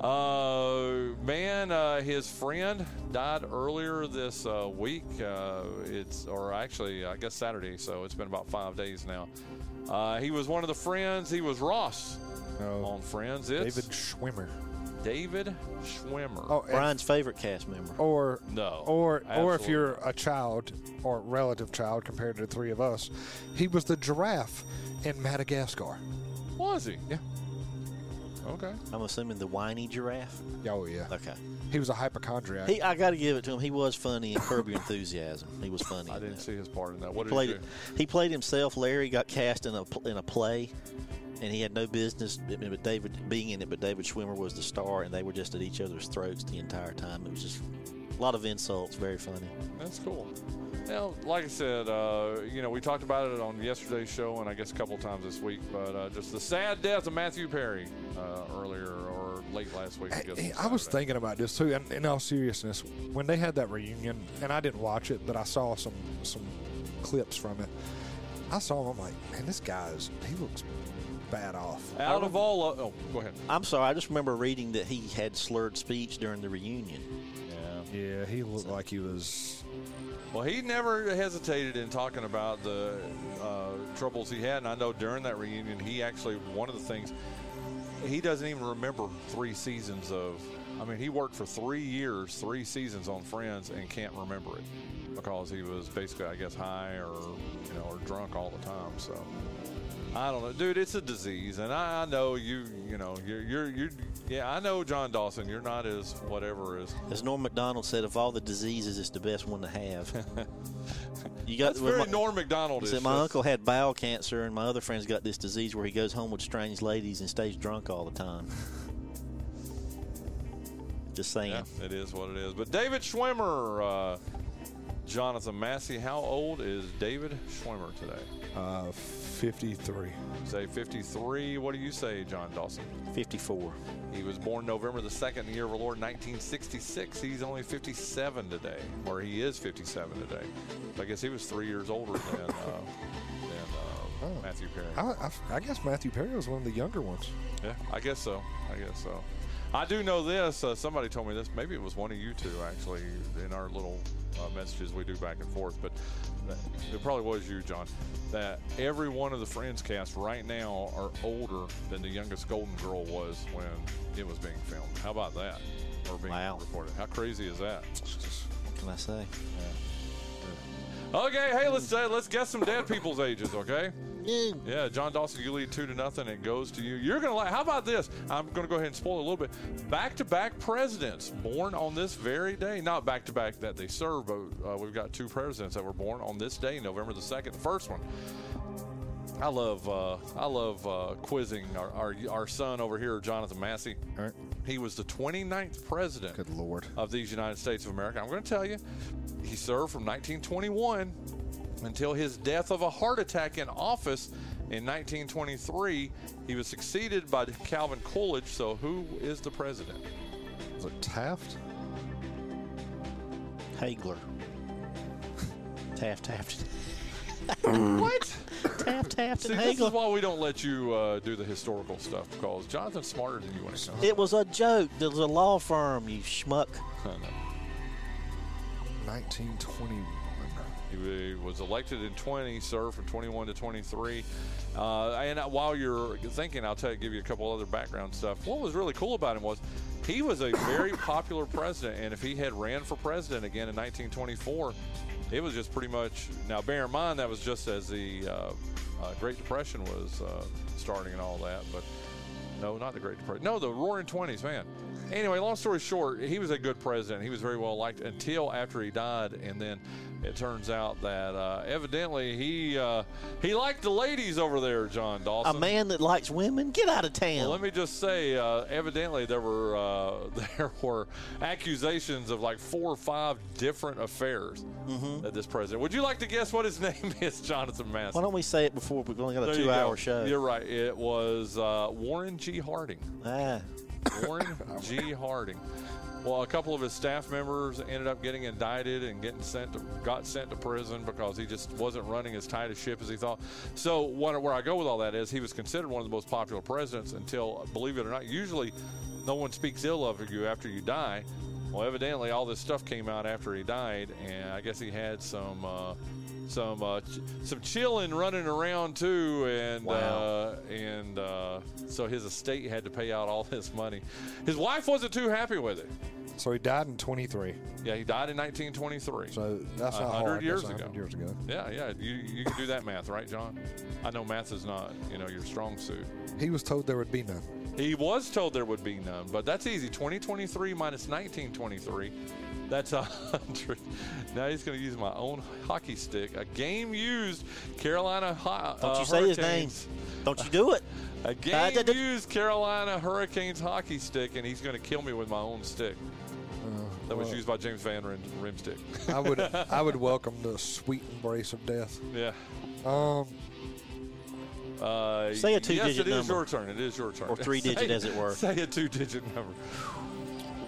Speaker 2: Uh, man, uh, his friend died earlier this uh, week. Uh, it's or actually, I guess Saturday. So it's been about five days now. Uh, he was one of the friends. He was Ross
Speaker 5: No.
Speaker 2: on Friends. It's
Speaker 5: Oh.
Speaker 2: David,
Speaker 5: David Schwimmer.
Speaker 2: Schwimmer.
Speaker 5: Oh, and-
Speaker 4: Brian's favorite cast member.
Speaker 5: or
Speaker 2: No,
Speaker 5: or or if
Speaker 2: absolutely
Speaker 5: you're a child or relative child compared to the three of us, he was the giraffe in Madagascar.
Speaker 2: was he?
Speaker 5: Yeah.
Speaker 2: Okay.
Speaker 4: I'm assuming the whiny giraffe.
Speaker 5: Oh yeah,
Speaker 4: Okay.
Speaker 5: he was a hypochondriac.
Speaker 4: He, I got to give it to him. He was funny in Curb Your Enthusiasm. He was funny.
Speaker 2: I
Speaker 4: in
Speaker 2: didn't
Speaker 4: that.
Speaker 2: see his part in that. What did
Speaker 4: Played
Speaker 2: he do?
Speaker 4: it. He played himself. Larry got cast in a pl- in a play, and he had no business. I mean, But David being in it, but David Schwimmer was the star, and they were just at each other's throats the entire time. It was just a lot of insults. Very funny.
Speaker 2: That's cool. Now, like I said, uh, you know, we talked about it on yesterday's show, and I guess a couple times this week. But uh, just the sad death of Matthew Perry uh, earlier or late last week. I, guess,
Speaker 5: Hey,
Speaker 2: on
Speaker 5: I was
Speaker 2: Saturday.
Speaker 5: thinking about this too, and in all seriousness, when they had that reunion, and I didn't watch it, but I saw some some clips from it. I saw him. I'm like, man, this guy's he looks bad off.
Speaker 2: Out of all, of, oh, go ahead.
Speaker 4: I'm sorry. I just remember reading that he had slurred speech during the reunion.
Speaker 2: Yeah.
Speaker 5: Yeah, he looked like he was.
Speaker 2: Well, he never hesitated in talking about the uh, troubles he had, and I know during that reunion, he actually one of the things he doesn't even remember three seasons of I mean, he worked for three years, three seasons on Friends, and can't remember it because he was basically, I guess, high or you know, or drunk all the time. So I don't know, dude. It's a disease, and I, I know you. You know, you're, you're, you're. Yeah, I know, John Dawson. You're not as whatever as
Speaker 4: As Norm McDonald said, of all the diseases, it's the best one to have. you got
Speaker 2: that's very
Speaker 4: my,
Speaker 2: Norm Macdonald.
Speaker 4: he said, my uncle had bowel cancer, and my other friend's got this disease where he goes home with strange ladies and stays drunk all the time. Just saying.
Speaker 2: Yeah, it is what it is. But David Schwimmer, uh, Jonathan Massey, how old is David Schwimmer today?
Speaker 5: Uh, 53.
Speaker 2: Say 53. What do you say, John Dawson?
Speaker 4: 54.
Speaker 2: He was born November the 2nd, in the year of our Lord 1966. He's only 57 today, or he is 57 today. So I guess he was three years older than, uh, than uh,
Speaker 5: Oh.
Speaker 2: Matthew Perry.
Speaker 5: I, I, I guess Matthew Perry was one of the younger ones.
Speaker 2: Yeah, I guess so. I guess so. I do know this. Uh, somebody told me this. Maybe it was one of you two, actually, in our little uh, messages we do back and forth. But that- it probably was you, John. That every one of the Friends cast right now are older than the youngest Golden Girl was when it was being filmed. How about that? Or being
Speaker 4: Wow.
Speaker 2: recorded. How crazy is that?
Speaker 4: What can I say?
Speaker 2: Okay, hey, let's uh, let's guess some dead people's ages, okay?
Speaker 4: No.
Speaker 5: Mm.
Speaker 2: Yeah, John Dawson, you lead two to nothing. It goes to you. You're gonna like. How about this? I'm gonna go ahead and spoil it a little bit. Back-to-back presidents born on this very day. Not back-to-back that they serve, but uh, we've got two presidents that were born on this day, November the second. The first one. I love uh, I love uh, quizzing our, our our son over here, Jonathan Massey.
Speaker 5: All right.
Speaker 2: He was the 29th president
Speaker 5: Good Lord.
Speaker 2: of these United States of America. I'm going to tell you, he served from 1921 until his death of a heart attack in office in 1923. He was succeeded by Calvin Coolidge. So, who is the president?
Speaker 5: Was it Taft?
Speaker 4: Hagler. Taft, Taft,
Speaker 2: What?
Speaker 4: Taft, Taft,
Speaker 2: See,
Speaker 4: and
Speaker 2: this is
Speaker 4: Hagler.
Speaker 2: why we don't let you uh, do the historical stuff because Jonathan's smarter than you when it comes.
Speaker 4: It was a joke. There was a law firm, you schmuck.
Speaker 2: I know.
Speaker 5: 1921.
Speaker 2: He was elected in 20, served from 21 to 23. Uh, and uh, while you're thinking, I'll tell you, give you a couple other background stuff. What was really cool about him was he was a very popular president, and if he had ran for president again in 1924, it was just pretty much. Now, bear in mind that was just as the uh, uh, Great Depression was uh, starting and all that, but. No, not the Great Depression. No, the Roaring Twenties, man. Anyway, long story short, he was a good president. He was very well liked until after he died, and then it turns out that uh, evidently he uh, he liked the ladies over there, John
Speaker 4: A
Speaker 2: Dawson.
Speaker 4: man that likes women? Get out of town.
Speaker 2: Well, let me just say, uh, evidently there were uh, there were accusations of like four or five different affairs that this president. Would you like to guess what his name is, Jonathan Massey?
Speaker 4: Mm-hmm. Why don't we say it before we've only got a
Speaker 2: There you
Speaker 4: two hour
Speaker 2: go.
Speaker 4: show?
Speaker 2: You're right. It was uh, Warren G. Harding.
Speaker 4: Ah,
Speaker 2: Warren G. Harding. Well, a couple of his staff members ended up getting indicted and getting sent to, got sent to prison because he just wasn't running as tight a ship as he thought. So what, where I go with all that is he was considered one of the most popular presidents until, believe it or not, usually no one speaks ill of you after you die. Well, evidently all this stuff came out after he died, and I guess he had some uh, some uh, ch- some chilling running around too, and
Speaker 4: Wow.
Speaker 2: uh, uh, and uh, so his estate had to pay out all his money. His wife wasn't too happy with it.
Speaker 5: So he died in 23.
Speaker 2: Yeah, he died in 1923.
Speaker 5: So that's
Speaker 2: A
Speaker 5: not
Speaker 2: hundred
Speaker 5: hard.
Speaker 2: years
Speaker 5: that's a
Speaker 2: ago.
Speaker 5: hundred years ago.
Speaker 2: yeah, yeah, you you can do that math, right, John? I know math is not you know your strong suit.
Speaker 5: He was told there would be none.
Speaker 2: He was told there would be none, but that's easy. 2023 minus 1923. That's a hundred. Now he's going to use my own hockey stick. A game used Carolina. Ho-
Speaker 4: don't
Speaker 2: uh,
Speaker 4: you say his name.
Speaker 2: Hurricanes.
Speaker 4: Don't you do it.
Speaker 2: A
Speaker 4: Uh,
Speaker 2: game
Speaker 4: d- d-
Speaker 2: used Carolina Hurricanes hockey stick, and he's going to kill me with my own stick.
Speaker 4: Uh,
Speaker 2: that was
Speaker 5: well.
Speaker 2: used by James Van Ren, Rimstick.
Speaker 5: I would I would welcome the sweet embrace of death.
Speaker 2: yeah.
Speaker 5: Um,
Speaker 2: Uh,
Speaker 4: Say a two-digit
Speaker 2: Yes, it is
Speaker 4: number.
Speaker 2: your turn. It is your turn.
Speaker 4: Or three-digit,
Speaker 2: Say-
Speaker 4: as it were.
Speaker 2: Say a two-digit number.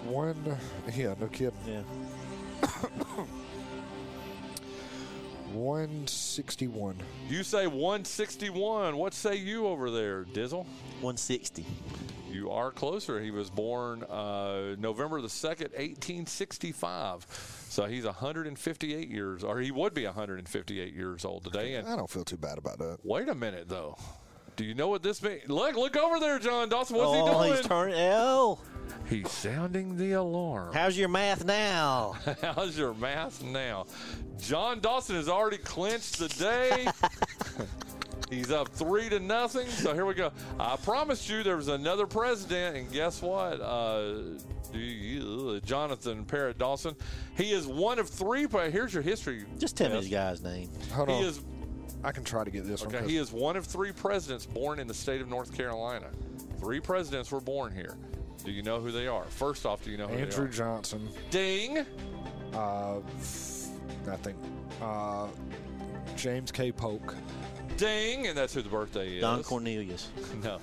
Speaker 5: one, yeah, no kidding.
Speaker 4: Yeah.
Speaker 5: 161.
Speaker 2: You say 161. What say you over there, Dizzle?
Speaker 4: 160.
Speaker 2: You are closer. He was born uh, November the 2nd, 1865. So he's 158 years, or he would be 158 years old today. And
Speaker 5: I don't feel too bad about that.
Speaker 2: Wait a minute, though. Do you know what this means? Look, look over there, John Dawson. What's
Speaker 4: oh,
Speaker 2: he
Speaker 4: he's
Speaker 2: doing?
Speaker 4: turning L.
Speaker 2: He's sounding the alarm.
Speaker 4: How's your math now?
Speaker 2: How's your math now? John Dawson has already clinched the day. He's up three to nothing. So here we go. I promised you there was another president, and guess what? Uh, do you- Jonathan Parrott Dawson. He is one of three. But here's your history.
Speaker 4: Just tell me
Speaker 2: test.
Speaker 4: the guy's name.
Speaker 5: Hold
Speaker 2: He
Speaker 5: on.
Speaker 2: is
Speaker 5: I can try to get this one.
Speaker 2: okay.
Speaker 5: 'cause-
Speaker 2: He is one of three presidents born in the state of North Carolina. Three presidents were born here. Do you know who they are? First off, do you know who they
Speaker 5: Andrew
Speaker 2: are?
Speaker 5: Johnson.
Speaker 2: Ding.
Speaker 5: Uh, I think uh, James K. Polk.
Speaker 2: Ding, and that's who the birthday is.
Speaker 4: Don Cornelius.
Speaker 2: No,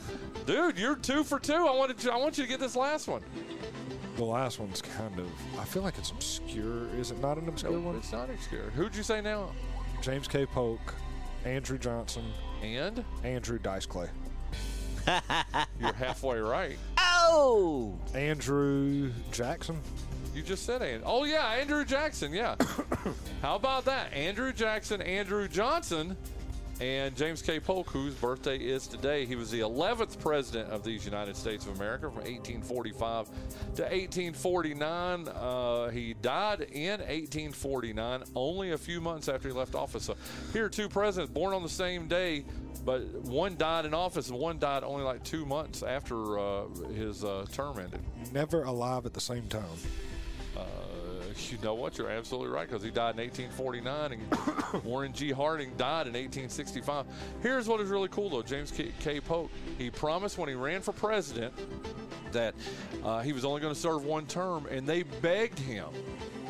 Speaker 2: dude, you're two for two. I wanted to, I want you to get this last one.
Speaker 5: The last one's kind of. I feel like it's obscure. Is it not an obscure one?
Speaker 2: It's not obscure. Who'd you say now?
Speaker 5: James K. Polk, Andrew Johnson,
Speaker 2: And
Speaker 5: Andrew Dice Clay,
Speaker 2: you're halfway right.
Speaker 4: Oh!
Speaker 5: Andrew Jackson.
Speaker 2: You just said and. Oh yeah, Andrew Jackson. Yeah. How about that? Andrew Jackson, Andrew Johnson, and James K. Polk, whose birthday is today. He was the 11th president of these United States of America from 1845 to 1849. Uh, he died in 1849, only a few months after he left office. So here are two presidents born on the same day. But one died in office, and one died only like two months after uh, his uh, term ended.
Speaker 5: Never alive at the same time.
Speaker 2: Uh, you know what? You're absolutely right because he died in 1849 and Warren G. Harding died in 1865. Here's what is really cool though James K. K. Polk, he promised when he ran for president that uh, he was only going to serve one term, and they begged him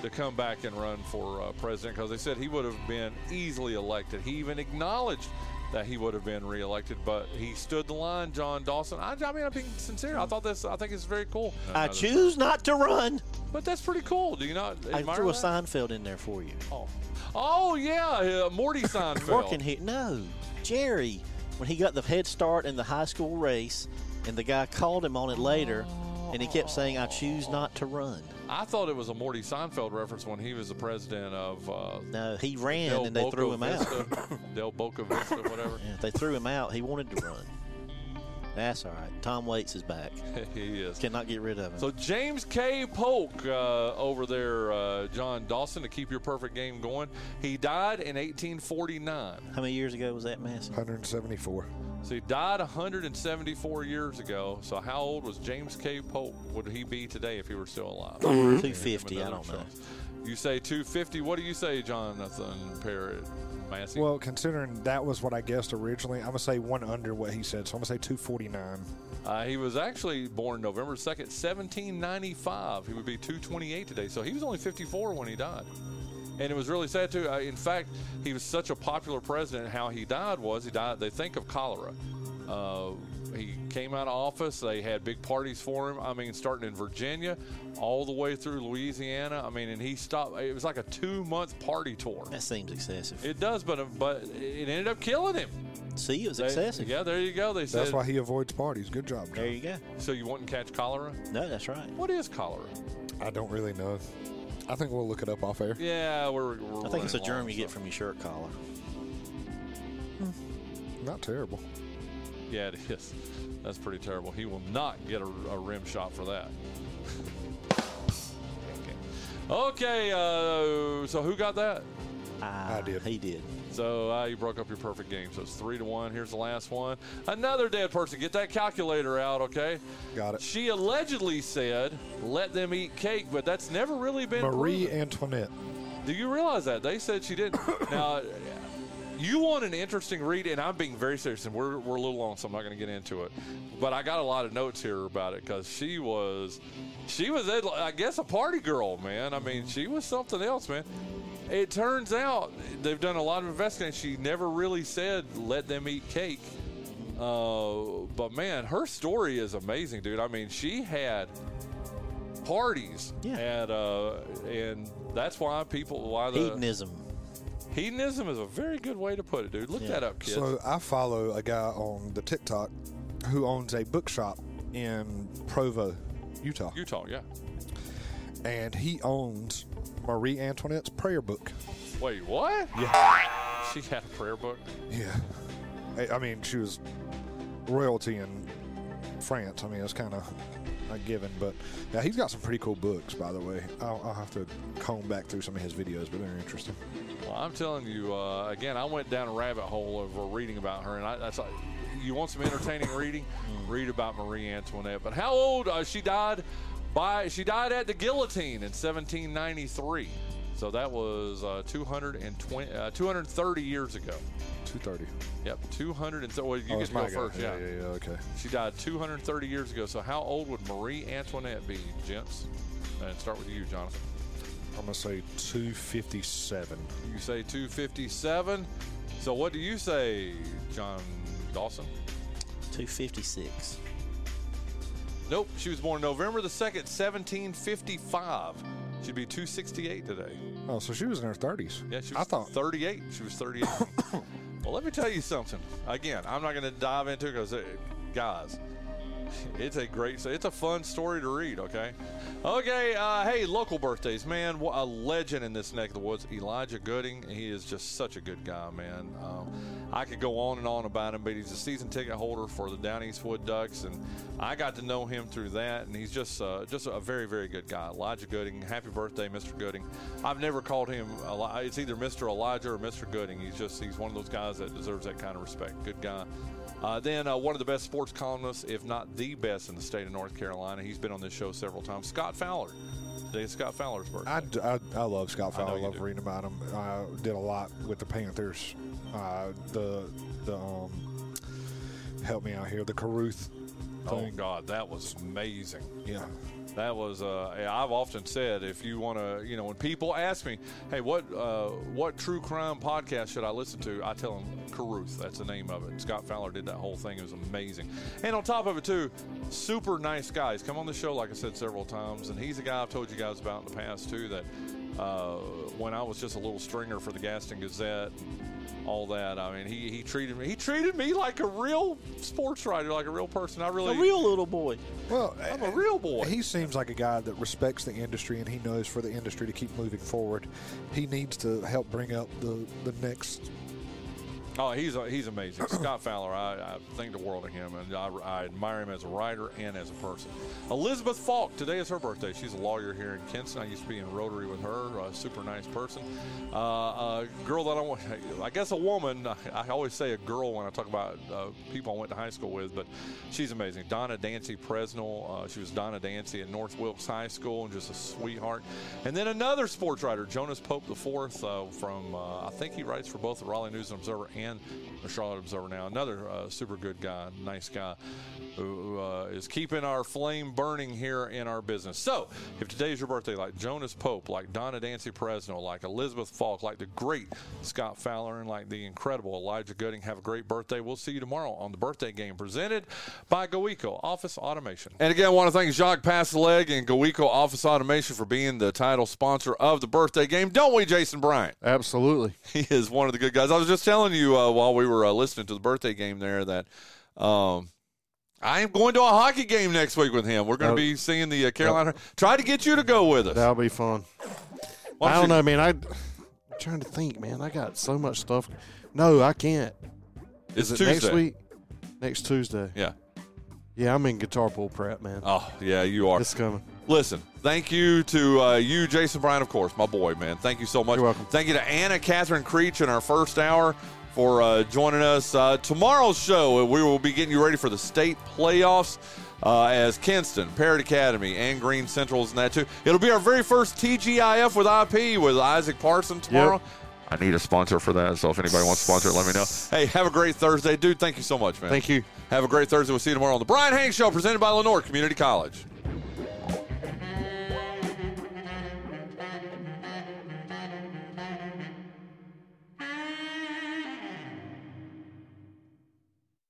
Speaker 2: to come back and run for uh, president because they said he would have been easily elected. He even acknowledged that he would have been reelected, but he stood the line, John Dawson. I, I mean, I'm being sincere. I thought this, I think it's very cool.
Speaker 4: I choose not to run.
Speaker 2: But that's pretty cool. Do you not
Speaker 4: I
Speaker 2: admire
Speaker 4: threw a
Speaker 2: that?
Speaker 4: Seinfeld in there for you.
Speaker 2: Oh, oh yeah, uh, Morty Seinfeld.
Speaker 4: Working here. No, Jerry, when he got the head start in the high school race, and the guy called him on it later, and he kept saying, I choose not to run.
Speaker 2: I thought it was a Morty Seinfeld reference when he was the president of uh,
Speaker 4: No, he ran
Speaker 2: Del
Speaker 4: and they
Speaker 2: Boca
Speaker 4: threw him out.
Speaker 2: Vista, Del Boca Vista, whatever.
Speaker 4: Yeah, they threw him out. He wanted to run. That's all right. Tom Waits is back.
Speaker 2: he is.
Speaker 4: Cannot get rid of him.
Speaker 2: So James K. Polk uh, over there, uh, John Dawson, to keep your perfect game going. He died in 1849.
Speaker 4: How many years ago was that, Massey?
Speaker 5: 174.
Speaker 2: So he died 174 years ago. So how old was James K. Polk? Would he be today if he were still alive?
Speaker 4: 250. I don't know.
Speaker 2: You say 250. What do you say, Jonathan Parrott Massey?
Speaker 5: Well, considering that was what I guessed originally, I'm gonna say one under what he said. So I'm gonna say 249.
Speaker 2: uh, he was actually born November 2nd, 1795. He would be 228 today. So he was only 54 when he died. And it was really sad too. Uh, in fact, he was such a popular president. How he died was he died. They think of cholera. Uh, he came out of office. They had big parties for him. I mean, starting in Virginia, all the way through Louisiana. I mean, and he stopped. It was like a two-month party tour.
Speaker 4: That seems excessive.
Speaker 2: It does, but uh, but it ended up killing him.
Speaker 4: See, it was
Speaker 2: They-
Speaker 4: excessive.
Speaker 2: yeah, there you go. They said
Speaker 5: That's why he avoids parties. Good job,
Speaker 4: There
Speaker 5: John.
Speaker 4: you go.
Speaker 2: so you wouldn't catch cholera.
Speaker 4: No, that's right.
Speaker 2: What is cholera?
Speaker 5: I don't really know. I think we'll look it up off air.
Speaker 2: Yeah, we're. we're
Speaker 4: I think it's a
Speaker 2: running
Speaker 4: germ
Speaker 2: long,
Speaker 4: you get
Speaker 2: so-
Speaker 4: from your shirt collar.
Speaker 5: Not terrible.
Speaker 2: Yeah, it is. That's pretty terrible. He will not get a, a rim shot for that. okay, uh, so who got that?
Speaker 4: Ah,
Speaker 5: I did.
Speaker 4: He did.
Speaker 2: So uh, you broke up your perfect game. So it's three to one. Here's the last one. Another dead person. Get that calculator out, okay?
Speaker 5: Got it.
Speaker 2: She allegedly said, "Let them eat cake," but that's never really been
Speaker 5: Marie
Speaker 2: proven.
Speaker 5: Antoinette.
Speaker 2: Do you realize that they said she didn't? now, you want an interesting read, and I'm being very serious, and we're we're a little long, so I'm not going to get into it. But I got a lot of notes here about it because she was, she was, I guess, a party girl, man. I mean, she was something else, man. It turns out they've done a lot of investigating. She never really said let them eat cake. Uh, but man, her story is amazing, dude. I mean, she had parties
Speaker 4: Yeah.
Speaker 2: at uh, and that's why people why the
Speaker 4: Hedonism.
Speaker 2: Hedonism is a very good way to put it, dude. Look
Speaker 4: Yeah.
Speaker 2: that up, kids.
Speaker 5: So I follow a guy on the TikTok who owns a bookshop in Provo, Utah,
Speaker 2: Utah, yeah.
Speaker 5: and he owns Marie Antoinette's prayer book.
Speaker 2: Wait, what? Yeah. She had a prayer book.
Speaker 5: Yeah, I- I mean she was royalty in France. I mean it's kind of a given. But yeah, he's got some pretty cool books, by the way. I'll, I'll have to comb back through some of his videos, but they're interesting.
Speaker 2: Well, I'm telling you, uh, again, I went down a rabbit hole over reading about her, and I, that's like, you want some entertaining reading?
Speaker 5: Mm.
Speaker 2: Read about Marie Antoinette. But how old uh, she died? By she died at the guillotine in 1793. So that was uh, 220, uh, 230 years ago.
Speaker 5: Two thirty. Oh,
Speaker 2: Yep, 230. Well, you get to go first.
Speaker 5: Yeah, yeah, yeah. Okay.
Speaker 2: She died 230 years ago. So how old would Marie Antoinette be, gents? And start with you, Jonathan.
Speaker 5: I'm gonna say two fifty seven.
Speaker 2: You say 257. So what do you say, John Dawson?
Speaker 4: 256.
Speaker 2: Nope. She was born November the 2nd, 1755. She'd be 268 today.
Speaker 5: Oh, so she was in her thirties.
Speaker 2: Yeah, she was
Speaker 5: I thought
Speaker 2: 38. She was 38. well, let me tell you something. Again, I'm not going to dive into because, guys, it's a great, so it's a fun story to read. Okay, okay. Uh, hey, local birthdays, man. What a legend in this neck of the woods, Elijah Gooding. He is just such a good guy, man. Um, I could go on and on about him, but he's a season ticket holder for the Down Eastwood Ducks, and I got to know him through that. And he's just, uh, just a very, very good guy. Elijah Gooding. Happy birthday, Mr. Gooding. I've never called him. Eli- It's either Mr. Elijah or Mr. Gooding. He's just, he's one of those guys that deserves that kind of respect. Good guy. Uh, then uh, one of the best sports columnists, if not the best in the state of North Carolina. He's been on this show several times. Scott Fowler. Today is Scott Fowler's birthday.
Speaker 5: I, d- I- I love Scott Fowler. I,
Speaker 2: you
Speaker 5: love
Speaker 2: do.
Speaker 5: reading about him. I did a lot with the Panthers. Uh, the the um, help me out here. The Caruth.
Speaker 2: oh, God, that was amazing.
Speaker 5: Yeah.
Speaker 2: That was. Uh, yeah, I've often said, if you want to, you know, when people ask me, "Hey, what uh, what true crime podcast should I listen to?" I tell them Caruth. That's the name of it. Scott Fowler did that whole thing. It was amazing. And on top of it, too, super nice guys. Come on the show, like I said several times, and he's a guy I've told you guys about in the past too. That uh, when I was just a little stringer for the Gaston Gazette. All that. I mean, he, he treated me. He treated me like a real sports writer, like a real person. I
Speaker 4: A
Speaker 2: really,
Speaker 4: real little boy.
Speaker 5: Well, eh,
Speaker 2: I'm a real boy.
Speaker 5: He seems like a guy that respects the industry and he knows for the industry to keep moving forward. He needs to help bring up the, the next.
Speaker 2: Oh, he's he's amazing. Scott Fowler, I, I think the world of him, and I, I admire him as a writer and as a person. Elizabeth Falk, today is her birthday. She's a lawyer here in Kinston. I used to be in Rotary with her. A super nice person. Uh, a girl that I want, I guess a woman. I always say a girl when I talk about uh, people I went to high school with, but she's amazing. Donna Dancy Presnell. Uh, she was Donna Dancy at North Wilkes High School and just a sweetheart. And then another sports writer, Jonas Pope IV, uh, from uh, I think he writes for both the Raleigh News and Observer and the Charlotte Observer now. Another uh, super good guy, nice guy, who uh, is keeping our flame burning here in our business. So, if today's your birthday, like Jonas Pope, like Donna Dancy Presnell, like Elizabeth Falk, like the great Scott Fowler, and like the incredible Elijah Gooding, have a great birthday. We'll see you tomorrow on the birthday game presented by GoEco Office Automation. And again, I want to thank Jacques Pasleg and GoEco Office Automation for being the title sponsor of the birthday game, don't we, Jason Bryant?
Speaker 3: Absolutely.
Speaker 2: he is one of the good guys. I was just telling you uh, while we were uh, listening to the birthday game there that um, I am going to a hockey game next week with him. We're going to
Speaker 3: Oh.
Speaker 2: be seeing the uh, Carolina. Try to get you to go with us.
Speaker 3: That'll be fun.
Speaker 2: Why
Speaker 3: I don't
Speaker 2: you-
Speaker 3: know, man. I, I'm trying to think, man. I got so much stuff. No, I can't.
Speaker 2: It's
Speaker 3: Is it
Speaker 2: Tuesday.
Speaker 3: next week? Next Tuesday.
Speaker 2: Yeah.
Speaker 3: Yeah, I'm in guitar pool prep, man.
Speaker 2: Oh, yeah, you are.
Speaker 3: It's coming.
Speaker 2: Listen, thank you to uh, you, Jason Bryan, of course, my boy, man. Thank you so much.
Speaker 3: You're welcome.
Speaker 2: Thank you to Anna Catherine Creech in our first hour for uh, joining us. Uh, tomorrow's show, uh, we will be getting you ready for the state playoffs uh, as Kinston, Parrot Academy, and Green Central's and that too. It'll be our very first TGIF with IP with Isaac Parson tomorrow. I need a sponsor for that, so if anybody wants to sponsor it, let me know. Hey, have a great Thursday, dude. Thank you so much, man.
Speaker 3: Thank you.
Speaker 2: Have a great Thursday. We'll see you tomorrow on the Brian Hank Show, presented by Lenore Community College.